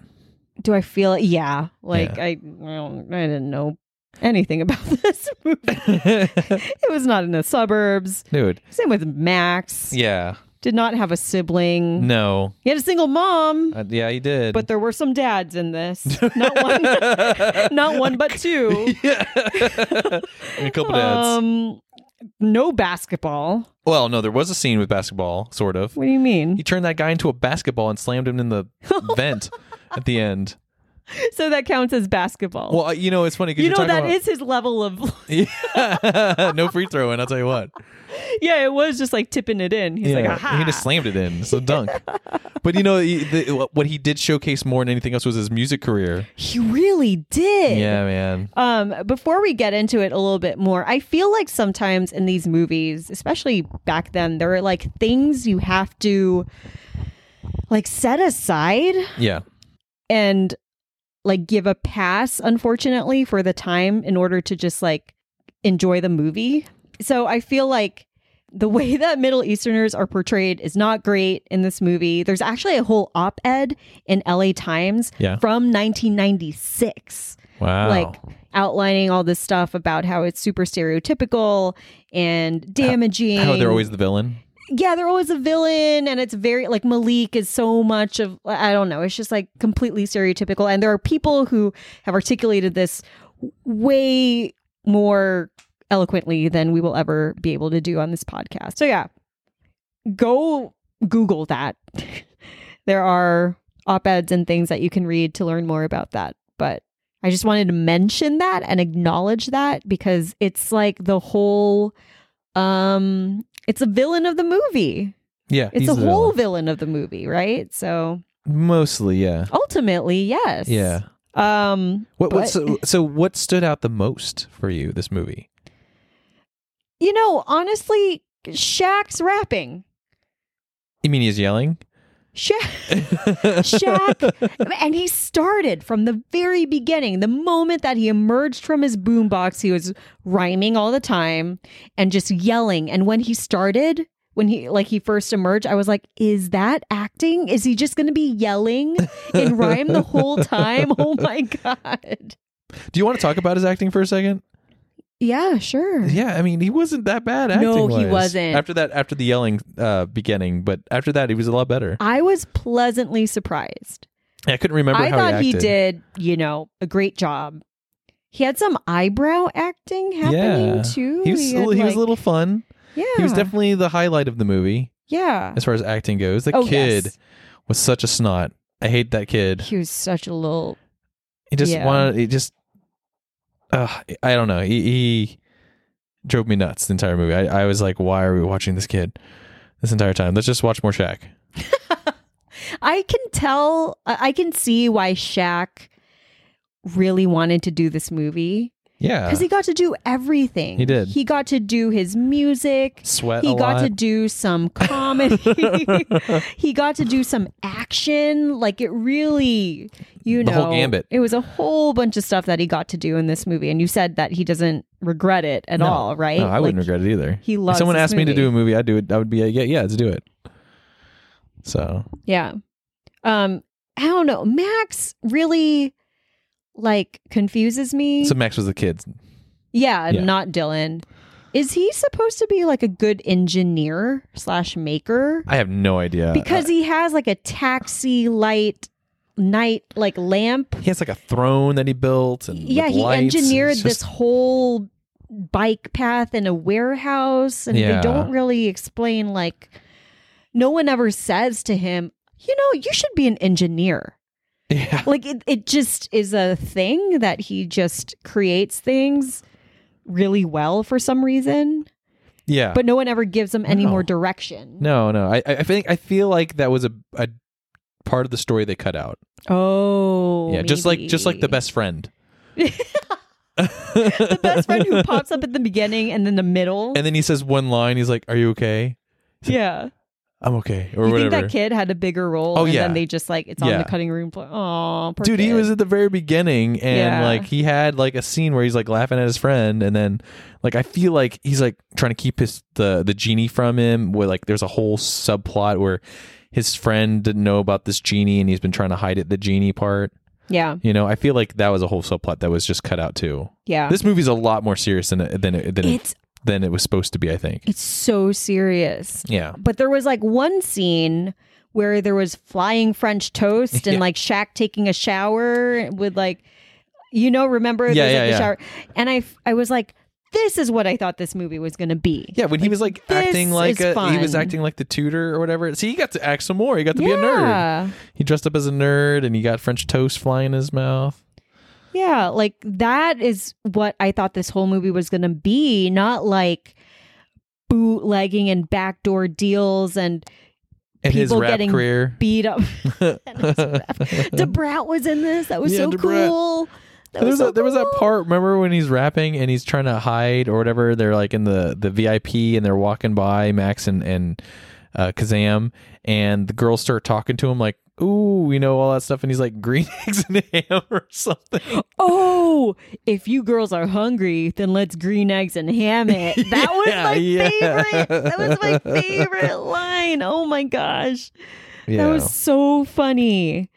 do I feel it? Yeah, like
Yeah.
I well, I didn't know anything about this movie. it was not in the suburbs.
Dude,
Same with Max.
Yeah.
Did not have a sibling.
No.
He had a single mom,
Uh, yeah, he did.
but there were some dads in this. Not one, not one, but two.
yeah. and a couple dads.
Um, no basketball.
well, no, there was a scene with basketball, sort of.
What do you mean?
He turned that guy into a basketball and slammed him in the vent at the end.
So that counts as basketball.
Well, uh, you know, it's funny because
you know
are
that
talking
is his level of
about, Yeah. no free throw, and I'll tell you what.
yeah, it was just like tipping it in. He's like,
Yeah,
aha.
he just slammed it in. It's a dunk. but you know, he, the, what he did showcase more than anything else was his music career.
He really did.
Yeah, man.
Um, before we get into it a little bit more, I feel like sometimes in these movies, especially back then, there are like things you have to like set aside
Yeah.
and like give a pass, unfortunately, for the time in order to just like enjoy the movie. So I feel like the way that Middle Easterners are portrayed is not great in this movie. There's actually a whole op ed in LA Times
Yeah. Oh.
from 1996
Wow.
like outlining all this stuff about how it's super stereotypical and damaging.
How they're always the villain.
yeah, they're always a villain, and it's very like Malik is so much of I don't know. It's just like completely stereotypical, and there are people who have articulated this way more eloquently than we will ever be able to do on this podcast. So yeah, go Google that. there are op eds and things that you can read to learn more about that, but. I just wanted to mention that and acknowledge that because it's like the whole um it's a villain of the movie.
Yeah,
It's
he's
a
the
whole
villain.
villain. of the movie, right? So
mostly. Yeah,
ultimately, yes.
yeah.
Um
What, what
But-
so, so what stood out the most for you this movie?
you know, honestly, Shaq's rapping.
You mean he's yelling?
Shaq Shaq and he started from the very beginning. The moment that he emerged from his boombox, he was rhyming all the time and just yelling. And when he started, when he like he first emerged, I was like, is that acting? Is he just gonna be yelling in rhyme the whole time? Oh my god.
Do you want to talk about his acting for a second?
Yeah, sure.
Yeah, I mean he wasn't that bad. Acting
No, he wasn't.
After that, after the yelling uh, beginning, but after that, he was a lot better.
I was pleasantly surprised.
I couldn't remember
I
how
thought
he
he
acted.
did, you know, a great job. He had some eyebrow acting happening
Yeah.
too.
He was he,
had,
was
like-
a little fun.
Yeah.
He was definitely the highlight of the movie
Yeah.
as far as acting goes. The
Oh,
kid
yes.
was such a snot. I hate that kid.
He was such a little.
He just
Yeah.
wanted. He just. Uh, I don't know. He, he drove me nuts the entire movie. I, I was like, why are we watching this kid this entire time? Let's just watch more Shaq.
I can tell. I I can see why Shaq really wanted to do this movie
Yeah,
because he got to do everything.
He did.
He got to do his music.
sweat.
He
a
got
lot.
to do some comedy. he got to do some action. Like it really, you
The
know,
whole gambit.
It was a whole bunch of stuff that he got to do in this movie. And you said that he doesn't regret it at
No.
all, right?
No, I
Like,
wouldn't regret it either.
he loves
If someone
this
asked me to
movie.
do a movie, I'd do it. I would be like, yeah, yeah, let's do it. So
Yeah. Um, I don't know. Max really like confuses me.
So Max was the kid.
yeah,
Yeah.
not Dylan. Is he supposed to be like a good engineer slash maker?
I have no idea.
Because he has like a taxi light night like lamp.
he has like a throne that he built and
Yeah,
with
he
lights, and
engineered
it's
this
just-
whole bike path in a warehouse and
Yeah.
they don't really explain like no one ever says to him, "You know, you should be an engineer."
Yeah.
like it, it just is a thing that he just creates things really well for some reason
Yeah.
but no one ever gives him any
No.
more direction
no, no. I I I think I feel like that was a, a part of the story they cut out.
oh
yeah. Just like just like the
maybe.
best friend.
the best friend who pops up at the beginning and then the middle
And then he says one line, he's like, Are you okay?
yeah
I'm okay. Or
you
whatever.
think that kid had a bigger role
Oh,
and
yeah.
then they just like it's on
Yeah.
the cutting room floor oh
Dude, he was at the very beginning and
Yeah.
like he had like a scene where he's like laughing at his friend and then like I feel like he's like trying to keep his the the genie from him where like there's a whole subplot where his friend didn't know about this genie and he's been trying to hide it the genie part.
yeah
You know, I feel like that was a whole subplot that was just cut out too.
yeah
This movie's a lot more serious than it, than it, than it,
it's
than it was supposed to be, I think.
it's so serious
Yeah.
But there was like one scene where there was flying French toast and
Yeah.
like Shaq taking a shower with like, you know, remember?
Yeah,
there's,
yeah,
like, a
yeah.
shower. And I, f- I was like, this is what I thought this movie was going to be.
Yeah, when he was like
this
acting like
is
a, he was
fun.
acting like the tutor or whatever. See, he got to act some more. He got to be a nerd.
Yeah.
He dressed up as a nerd and he got French toast flying in his mouth.
Yeah, like that is what I thought this whole movie was going to be, not like bootlegging and backdoor deals and
And his
People
rap
getting-
career.
beat up. DeBrat was in this. That was
Yeah,
so
DeBrat.
cool. That
There was,
so
a, there was that
cool.
part. Remember when he's rapping and he's trying to hide or whatever? They're like in the, the VIP and they're walking by Max and and uh, Kazam, and the girls start talking to him like, "Ooh, you know all that stuff," and he's like, "Green eggs and ham" or something.
oh, if you girls are hungry, then let's green eggs and ham it. That was
Yeah,
my
yeah.
favorite. That was my favorite line. Oh my gosh.
Yeah.
That was so funny.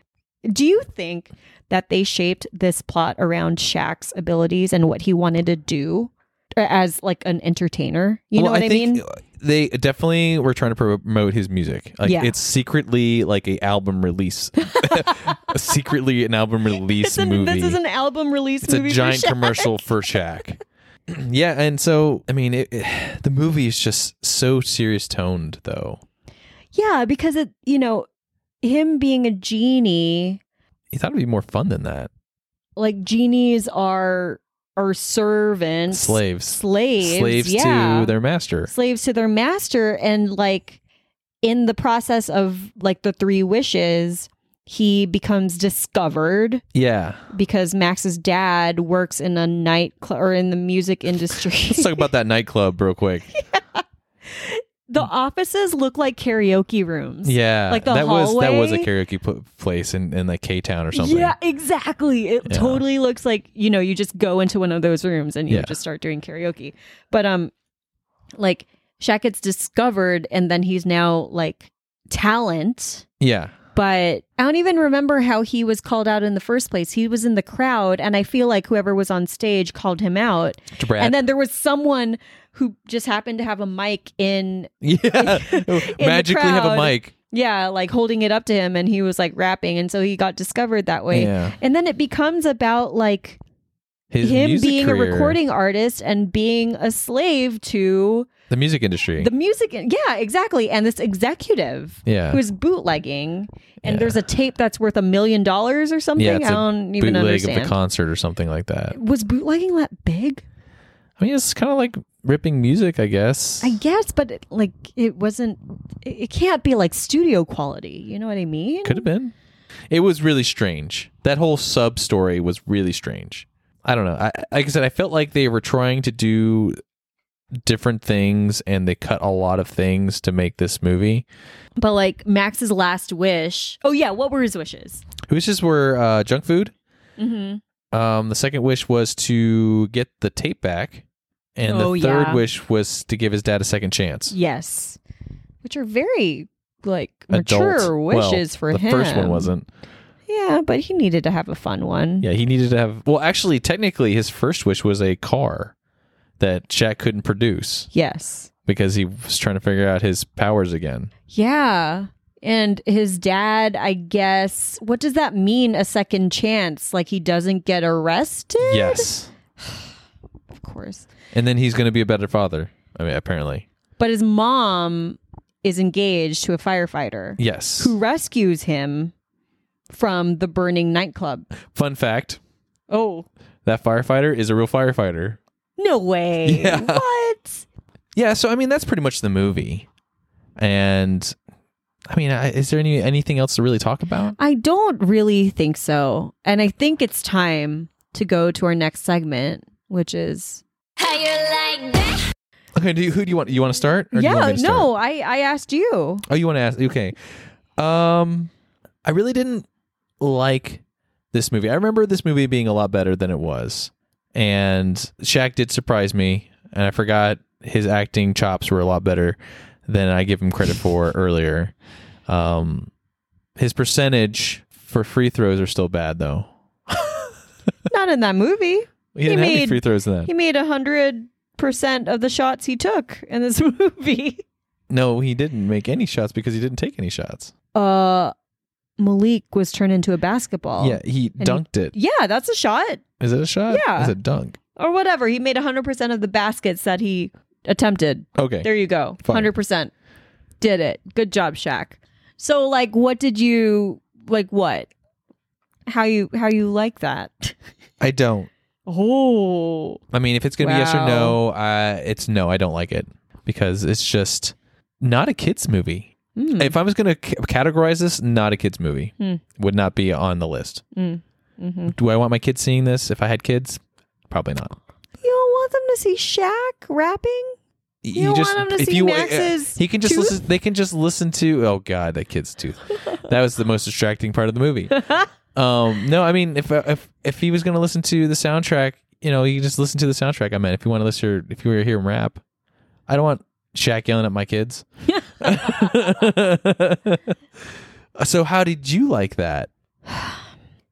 Do you think that they shaped this plot around Shaq's uh, abilities and what he wanted to do as like an entertainer? You know what I,
think
mean?
they definitely were trying to promote his music. Like
Yeah.
it's secretly like a album release, secretly an album release
It's an-
movie.
this is an album release
it's
movie.
a
for
giant
Shaq.
commercial for Shaq. yeah, and so I mean, it, it, the movie is just so serious toned, though.
Yeah, because it, you know, him being a genie,
He thought it'd be more fun than that.
like genies are are servants,
Slaves,
slaves,
slaves
yeah.
to their master.
slaves to their master and like in the process of like the three wishes he becomes discovered
Yeah,
because Max's dad works in a nightclub or in the music industry.
let's talk about that nightclub real quick.
the offices look like karaoke rooms.
Yeah,
Like the
that was that was a
hallway?
karaoke pl- place in in like K Town or something.
Yeah, exactly. It
Yeah.
totally looks like, you know, you just go into one of those rooms and you
Yeah.
just start doing karaoke. But um like Shaq gets discovered and then he's now like talent.
yeah.
But I don't even remember how he was called out in the first place. He was in the crowd and I feel like whoever was on stage called him out.
To Brad.
And then there was someone who just happened to have a mic in
yeah,
the
magically have a
crowd.
mic.
yeah, like holding it up to him and he was like rapping and so he got discovered that way.
Yeah,
And then it becomes about like
his
him
music
being
career,
a recording artist and being a slave to
the music industry.
the music. Yeah, exactly. And this executive
yeah,
who is bootlegging, and
Yeah.
there's a tape that's worth a million dollars or something.
Yeah, it's
I
a
don't even
bootleg
understand.
of the concert or something like that.
was bootlegging that big?
I mean, it's kind of like ripping music, I guess.
I guess, but it, like it wasn't. It, it can't be like studio quality. You know what I mean?
Could have been. It was really strange. That whole sub story was really strange. I don't know. I, like I said, I felt like they were trying to do different things and they cut a lot of things to make this movie.
But like Max's last wish. Oh yeah, what were his wishes?
Wishes were uh, junk food.
Mm-hmm.
Um, the second wish was to get the tape back. And
Oh,
the third
yeah.
wish was to give his dad a second chance.
Yes, which are very like
Adult.
mature
Well,
wishes for
the
him.
first one wasn't.
Yeah, but he needed to have a fun one.
Yeah, he needed to have. Well, actually, technically, his first wish was a car that Shaq couldn't produce
Yes.
because he was trying to figure out his powers again.
Yeah. And his dad, I guess, what does that mean? A second chance? Like he doesn't get arrested?
Yes,
Of course.
and then he's going to be a better father. I mean, apparently,
But his mom is engaged to a firefighter
yes.
who rescues him from the burning nightclub.
Fun fact:
Oh,
that firefighter is a real firefighter.
no way.
Yeah.
What?
Yeah, so I mean, that's pretty much the movie. And I mean, I, is there any anything else to really talk about?
I don't really think so. And I think it's time to go to our next segment, which is
How you like that?
Okay, do you, who do you want? You want to start? Or do you
yeah,
want me to start?
no, I I asked you.
Oh, you want to ask? Okay. Um, I really didn't like this movie. I remember this movie being a lot better than it was, and Shaq did surprise me, and I forgot his acting chops were a lot better than I give him credit for earlier. Um, his percentage for free throws are still bad though.
Not in that movie.
He didn't have any
made-
free throws in that.
He made a hundred percent of the shots he took in this movie.
no, he didn't make any shots because he didn't take any shots.
Uh, Malik was turned into a basketball.
Yeah, he
he-
dunked it.
yeah, that's a shot
Is it a shot?
Yeah.
it's a dunk.
or whatever. He made a hundred percent of the baskets that he attempted.
Okay.
There you go,
Fine.
hundred percent. Did it. Good job, Shaq. So, like, what did you like? What? How you how you like that?
I don't.
Oh,
I mean, if it's going to be yes or
Wow.
no, uh, it's no. I don't like it because it's just not a kids movie.
Mm.
If I was going to c- categorize this, not a kids movie
Hmm.
would not be on the list.
Mm. hmm
Do I want my kids seeing this? If I had kids, probably not.
you don't want them to see Shaq rapping.
Y-
You don't want 'em to
uh,
see Max's
he can just
tooth?
listen. They can just listen to. Oh God, that kid's tooth. that was the most distracting part of the movie. um, no, I mean, if if if he was going to listen to the soundtrack, you know, you just listen to the soundtrack. I meant if you want to listen, if you were to hear him rap, I don't want Shaq yelling at my kids. so, how did you like that?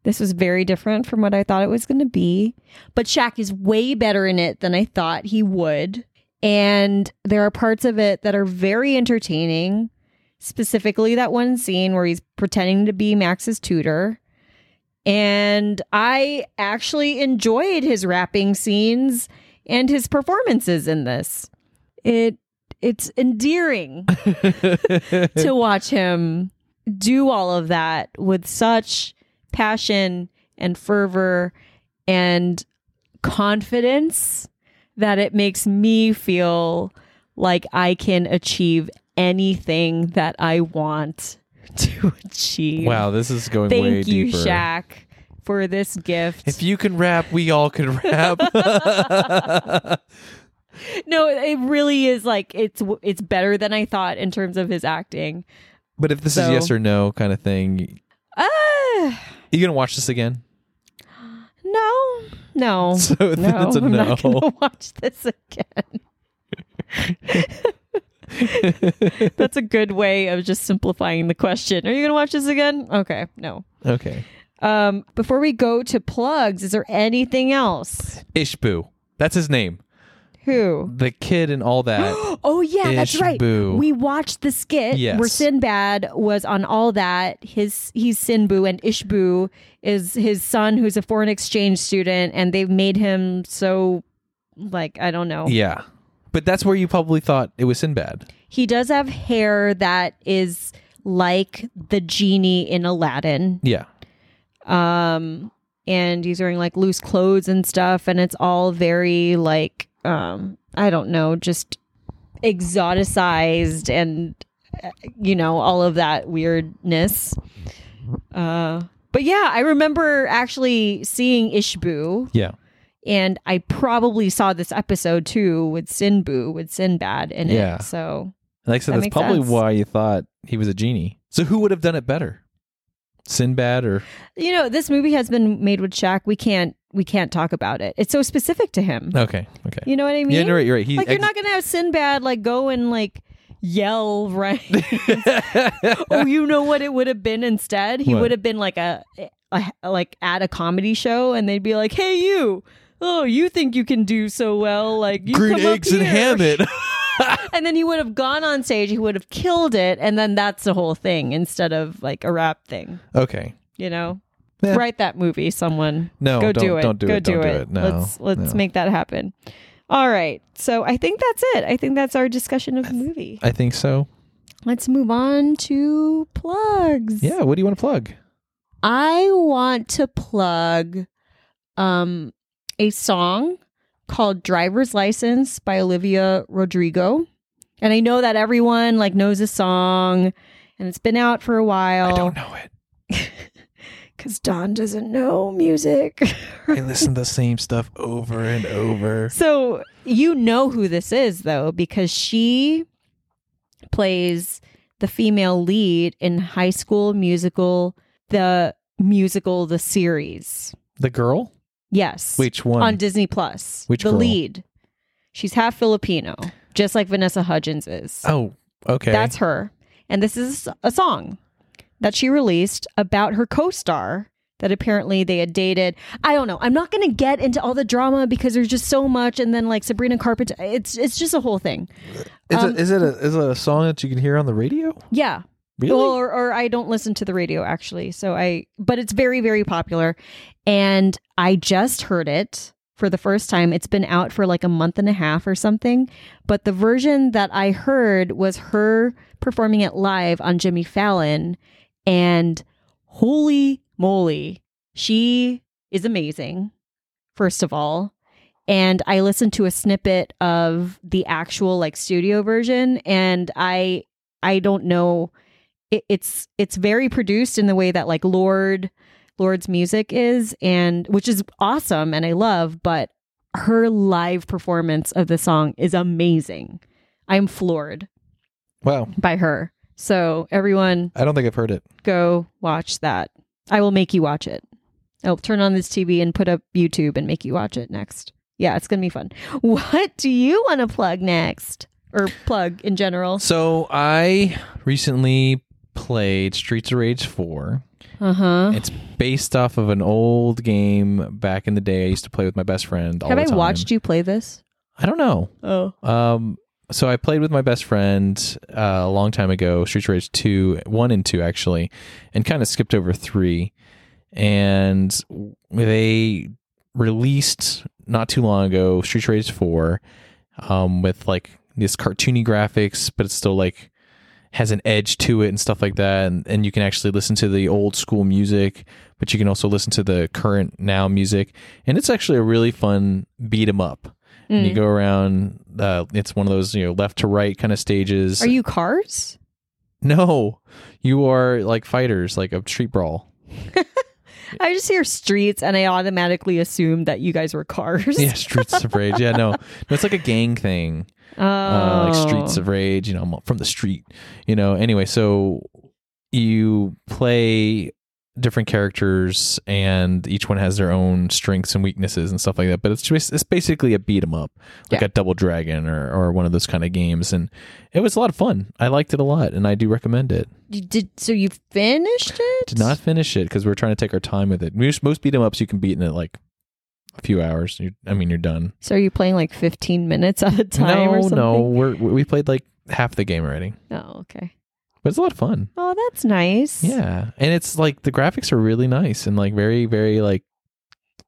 This was very different from what I thought it was going to be. But Shaq is way better in it than I thought he would. And there are parts of it that are very entertaining, specifically that one scene where he's pretending to be Max's tutor. And I actually enjoyed his rapping scenes and his performances in this. It it's endearing to watch him do all of that with such passion and fervor and confidence that it makes me feel like I can achieve anything that I want to achieve.
Wow, this is going way
Thank you,
deeper.
Shaq, for this gift.
If you can rap, we all can rap.
no, it- it really is like it's w- it's better than I thought in terms of his acting.
but if this is
So-
yes or no kind of thing,
Uh,
you gonna watch this again?
no, no.
So
No,
it's a
I'm
no.
not gonna watch this again. That's a good way of just simplifying the question. Are you gonna watch this again? Okay, no.
Okay,
Um, before we go to plugs, is there anything else?
Ishbu. That's his name.
Who?
The kid and all that.
Oh yeah, that's right.
Ishbu.
We watched the skit
Yes.
where Sinbad was on all that. His he's Sinbu and Ishbu is his son who's a foreign exchange student and they've made him so like I don't know.
yeah, but that's where you probably thought it was Sinbad.
He does have hair that is like the genie in Aladdin.
Yeah,
Um and he's wearing like loose clothes and stuff and it's all very like um I don't know, just exoticized and uh, you know, all of that weirdness. Uh but yeah, I remember actually seeing Ishbu
yeah.
and I probably saw this episode too with Sinbu with Sinbad in
Yeah.
it. So
Like I said,
That
that's
makes
probably
sense.
why you thought he was a genie. So who would have done it better, Sinbad or?
you know this movie has been made with Shaq. We can't we can't talk about it. It's so specific to him.
Okay, okay.
You know what I mean?
Yeah, you're right. You're right. He
like you're
ex-
not gonna have Sinbad like go and like yell right. oh, you know what it would have been instead? He
What?
would have been like a, a like at a comedy show, and they'd be like, "Hey, you." Oh, you think you can do so well? Like you
green
come up
eggs and
here."
ham it.
and then he would have gone on stage. He would have killed it, and then that's the whole thing instead of like a rap thing.
okay.
You know,
Yeah.
write that movie. Someone
No,
go
don't-
do it.
don't do
go
it,
Do
don't do
it.
it. No,
let's let's
no.
make that happen. All right. So I think that's it. I think that's our discussion of the movie.
I think so.
Let's move on to plugs.
Yeah. What do you want to plug?
I want to plug um a song called Driver's License by Olivia Rodrigo. And I know that everyone like knows the song and it's been out for a
I
while
don't know it.
cuz Don doesn't know music.
I listen to the same stuff over and over.
so you know who this is though because she plays the female lead in High School Musical the musical the series.
The girl?
Yes.
Which one?
on Disney Plus.
Which
the
girl?
lead? She's half Filipino, just like Vanessa Hudgens is.
oh, okay.
That's her. And this is a song that she released about her co-star that apparently they had dated. I don't know. I'm not going to get into all the drama because there's just so much and then like Sabrina Carpenter it's it's just a whole thing.
is,
um,
it, is it a is it a song that you can hear on the radio?
Yeah.
Really?
Or, or I don't listen to the radio actually. So I, but it's very, very popular. And I just heard it for the first time. It's been out for like a month and a half or something. But the version that I heard was her performing it live on Jimmy Fallon. And holy moly, she is amazing, first of all. And I listened to a snippet of the actual like studio version, and I I don't know it, it's it's very produced in the way that like Lord Lord's music is and which is awesome and I love but her live performance of the song is amazing. I'm floored
wow.
by her. So everyone
I don't think I've heard it.
go watch that. I will make you watch it. I'll turn on this TV and put up YouTube and make you watch it next. Yeah, it's going to be fun. What do you want to plug next or plug in general?
So I recently played Streets of Rage 4.
Uh-huh.
It's based off of an old game back in the day I used to play with my best friend all
Have
the
I
time.
watched you play this?
I don't know.
Oh.
Um, so I played with my best friend uh, a long time ago, Streets of Rage two, one and two actually, and kind of skipped over three. And they released not too long ago Streets of Rage four, um, with like this cartoony graphics, but it's still like has an edge to it and stuff like that. And, and you can actually listen to the old school music, but you can also listen to the current now music. And it's actually a really fun beat 'em up. And
Mm.
you go around. Uh, it's one of those you know left to right kind of stages.
Are you cars?
no, you are like fighters, like a street brawl.
I just hear streets and I automatically assume that you guys were cars.
Yeah, Streets of Rage. Yeah, no, no, it's like a gang thing.
Oh.
uh, like Streets of Rage. You know, I'm from the street. You know, anyway, so you play different characters, and each one has their own strengths and weaknesses and stuff like that. But it's just it's basically a beat 'em up, like
Yeah.
a Double Dragon or or one of those kind of games. And it was a lot of fun. I liked it a lot, and I do recommend it.
You did so you finished it?
Did not finish it because we were trying to take our time with it. Most, most beat 'em ups you can beat in it like a few hours. you I mean, you're done.
So are you playing like 15 minutes at a time or
no,
something?
no, we're, we played like half the game already.
Oh, okay.
But it's a lot of fun.
Oh, that's nice.
Yeah, and it's like the graphics are really nice and like very very like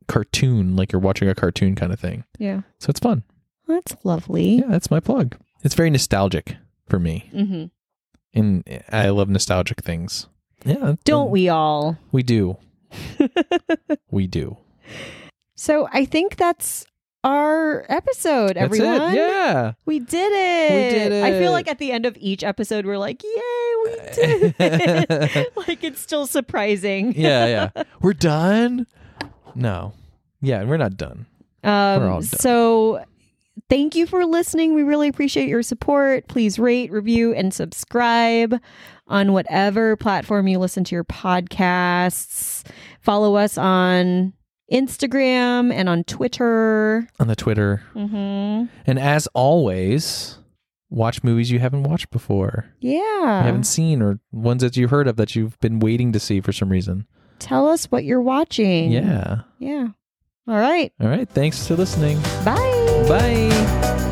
cartoon, like you're watching a cartoon kind of thing.
Yeah.
So it's fun.
That's lovely.
Yeah, that's my plug. It's very nostalgic for me,
Mm-hmm.
and I love nostalgic things. Yeah,
Don't we all?
We do. we do.
So I think that's our episode,
That's
everyone.
it. Yeah.
We did it.
did
I
it.
feel like at the end of each episode, we're like, yay, we did it. like, it's still surprising.
Yeah, yeah. we're done? No. Yeah, we're not done.
Um,
We're all done.
So, thank you for listening. We really appreciate your support. Please rate, review, and subscribe on whatever platform you listen to your podcasts. Follow us on Instagram and on Twitter.
On the Twitter.
Mm-hmm.
And as always, watch movies you haven't watched before.
Yeah.
you haven't seen or ones that you heard of that you've been waiting to see for some reason.
Tell us what you're watching.
Yeah.
Yeah. All right.
All right. Thanks for listening.
Bye.
Bye.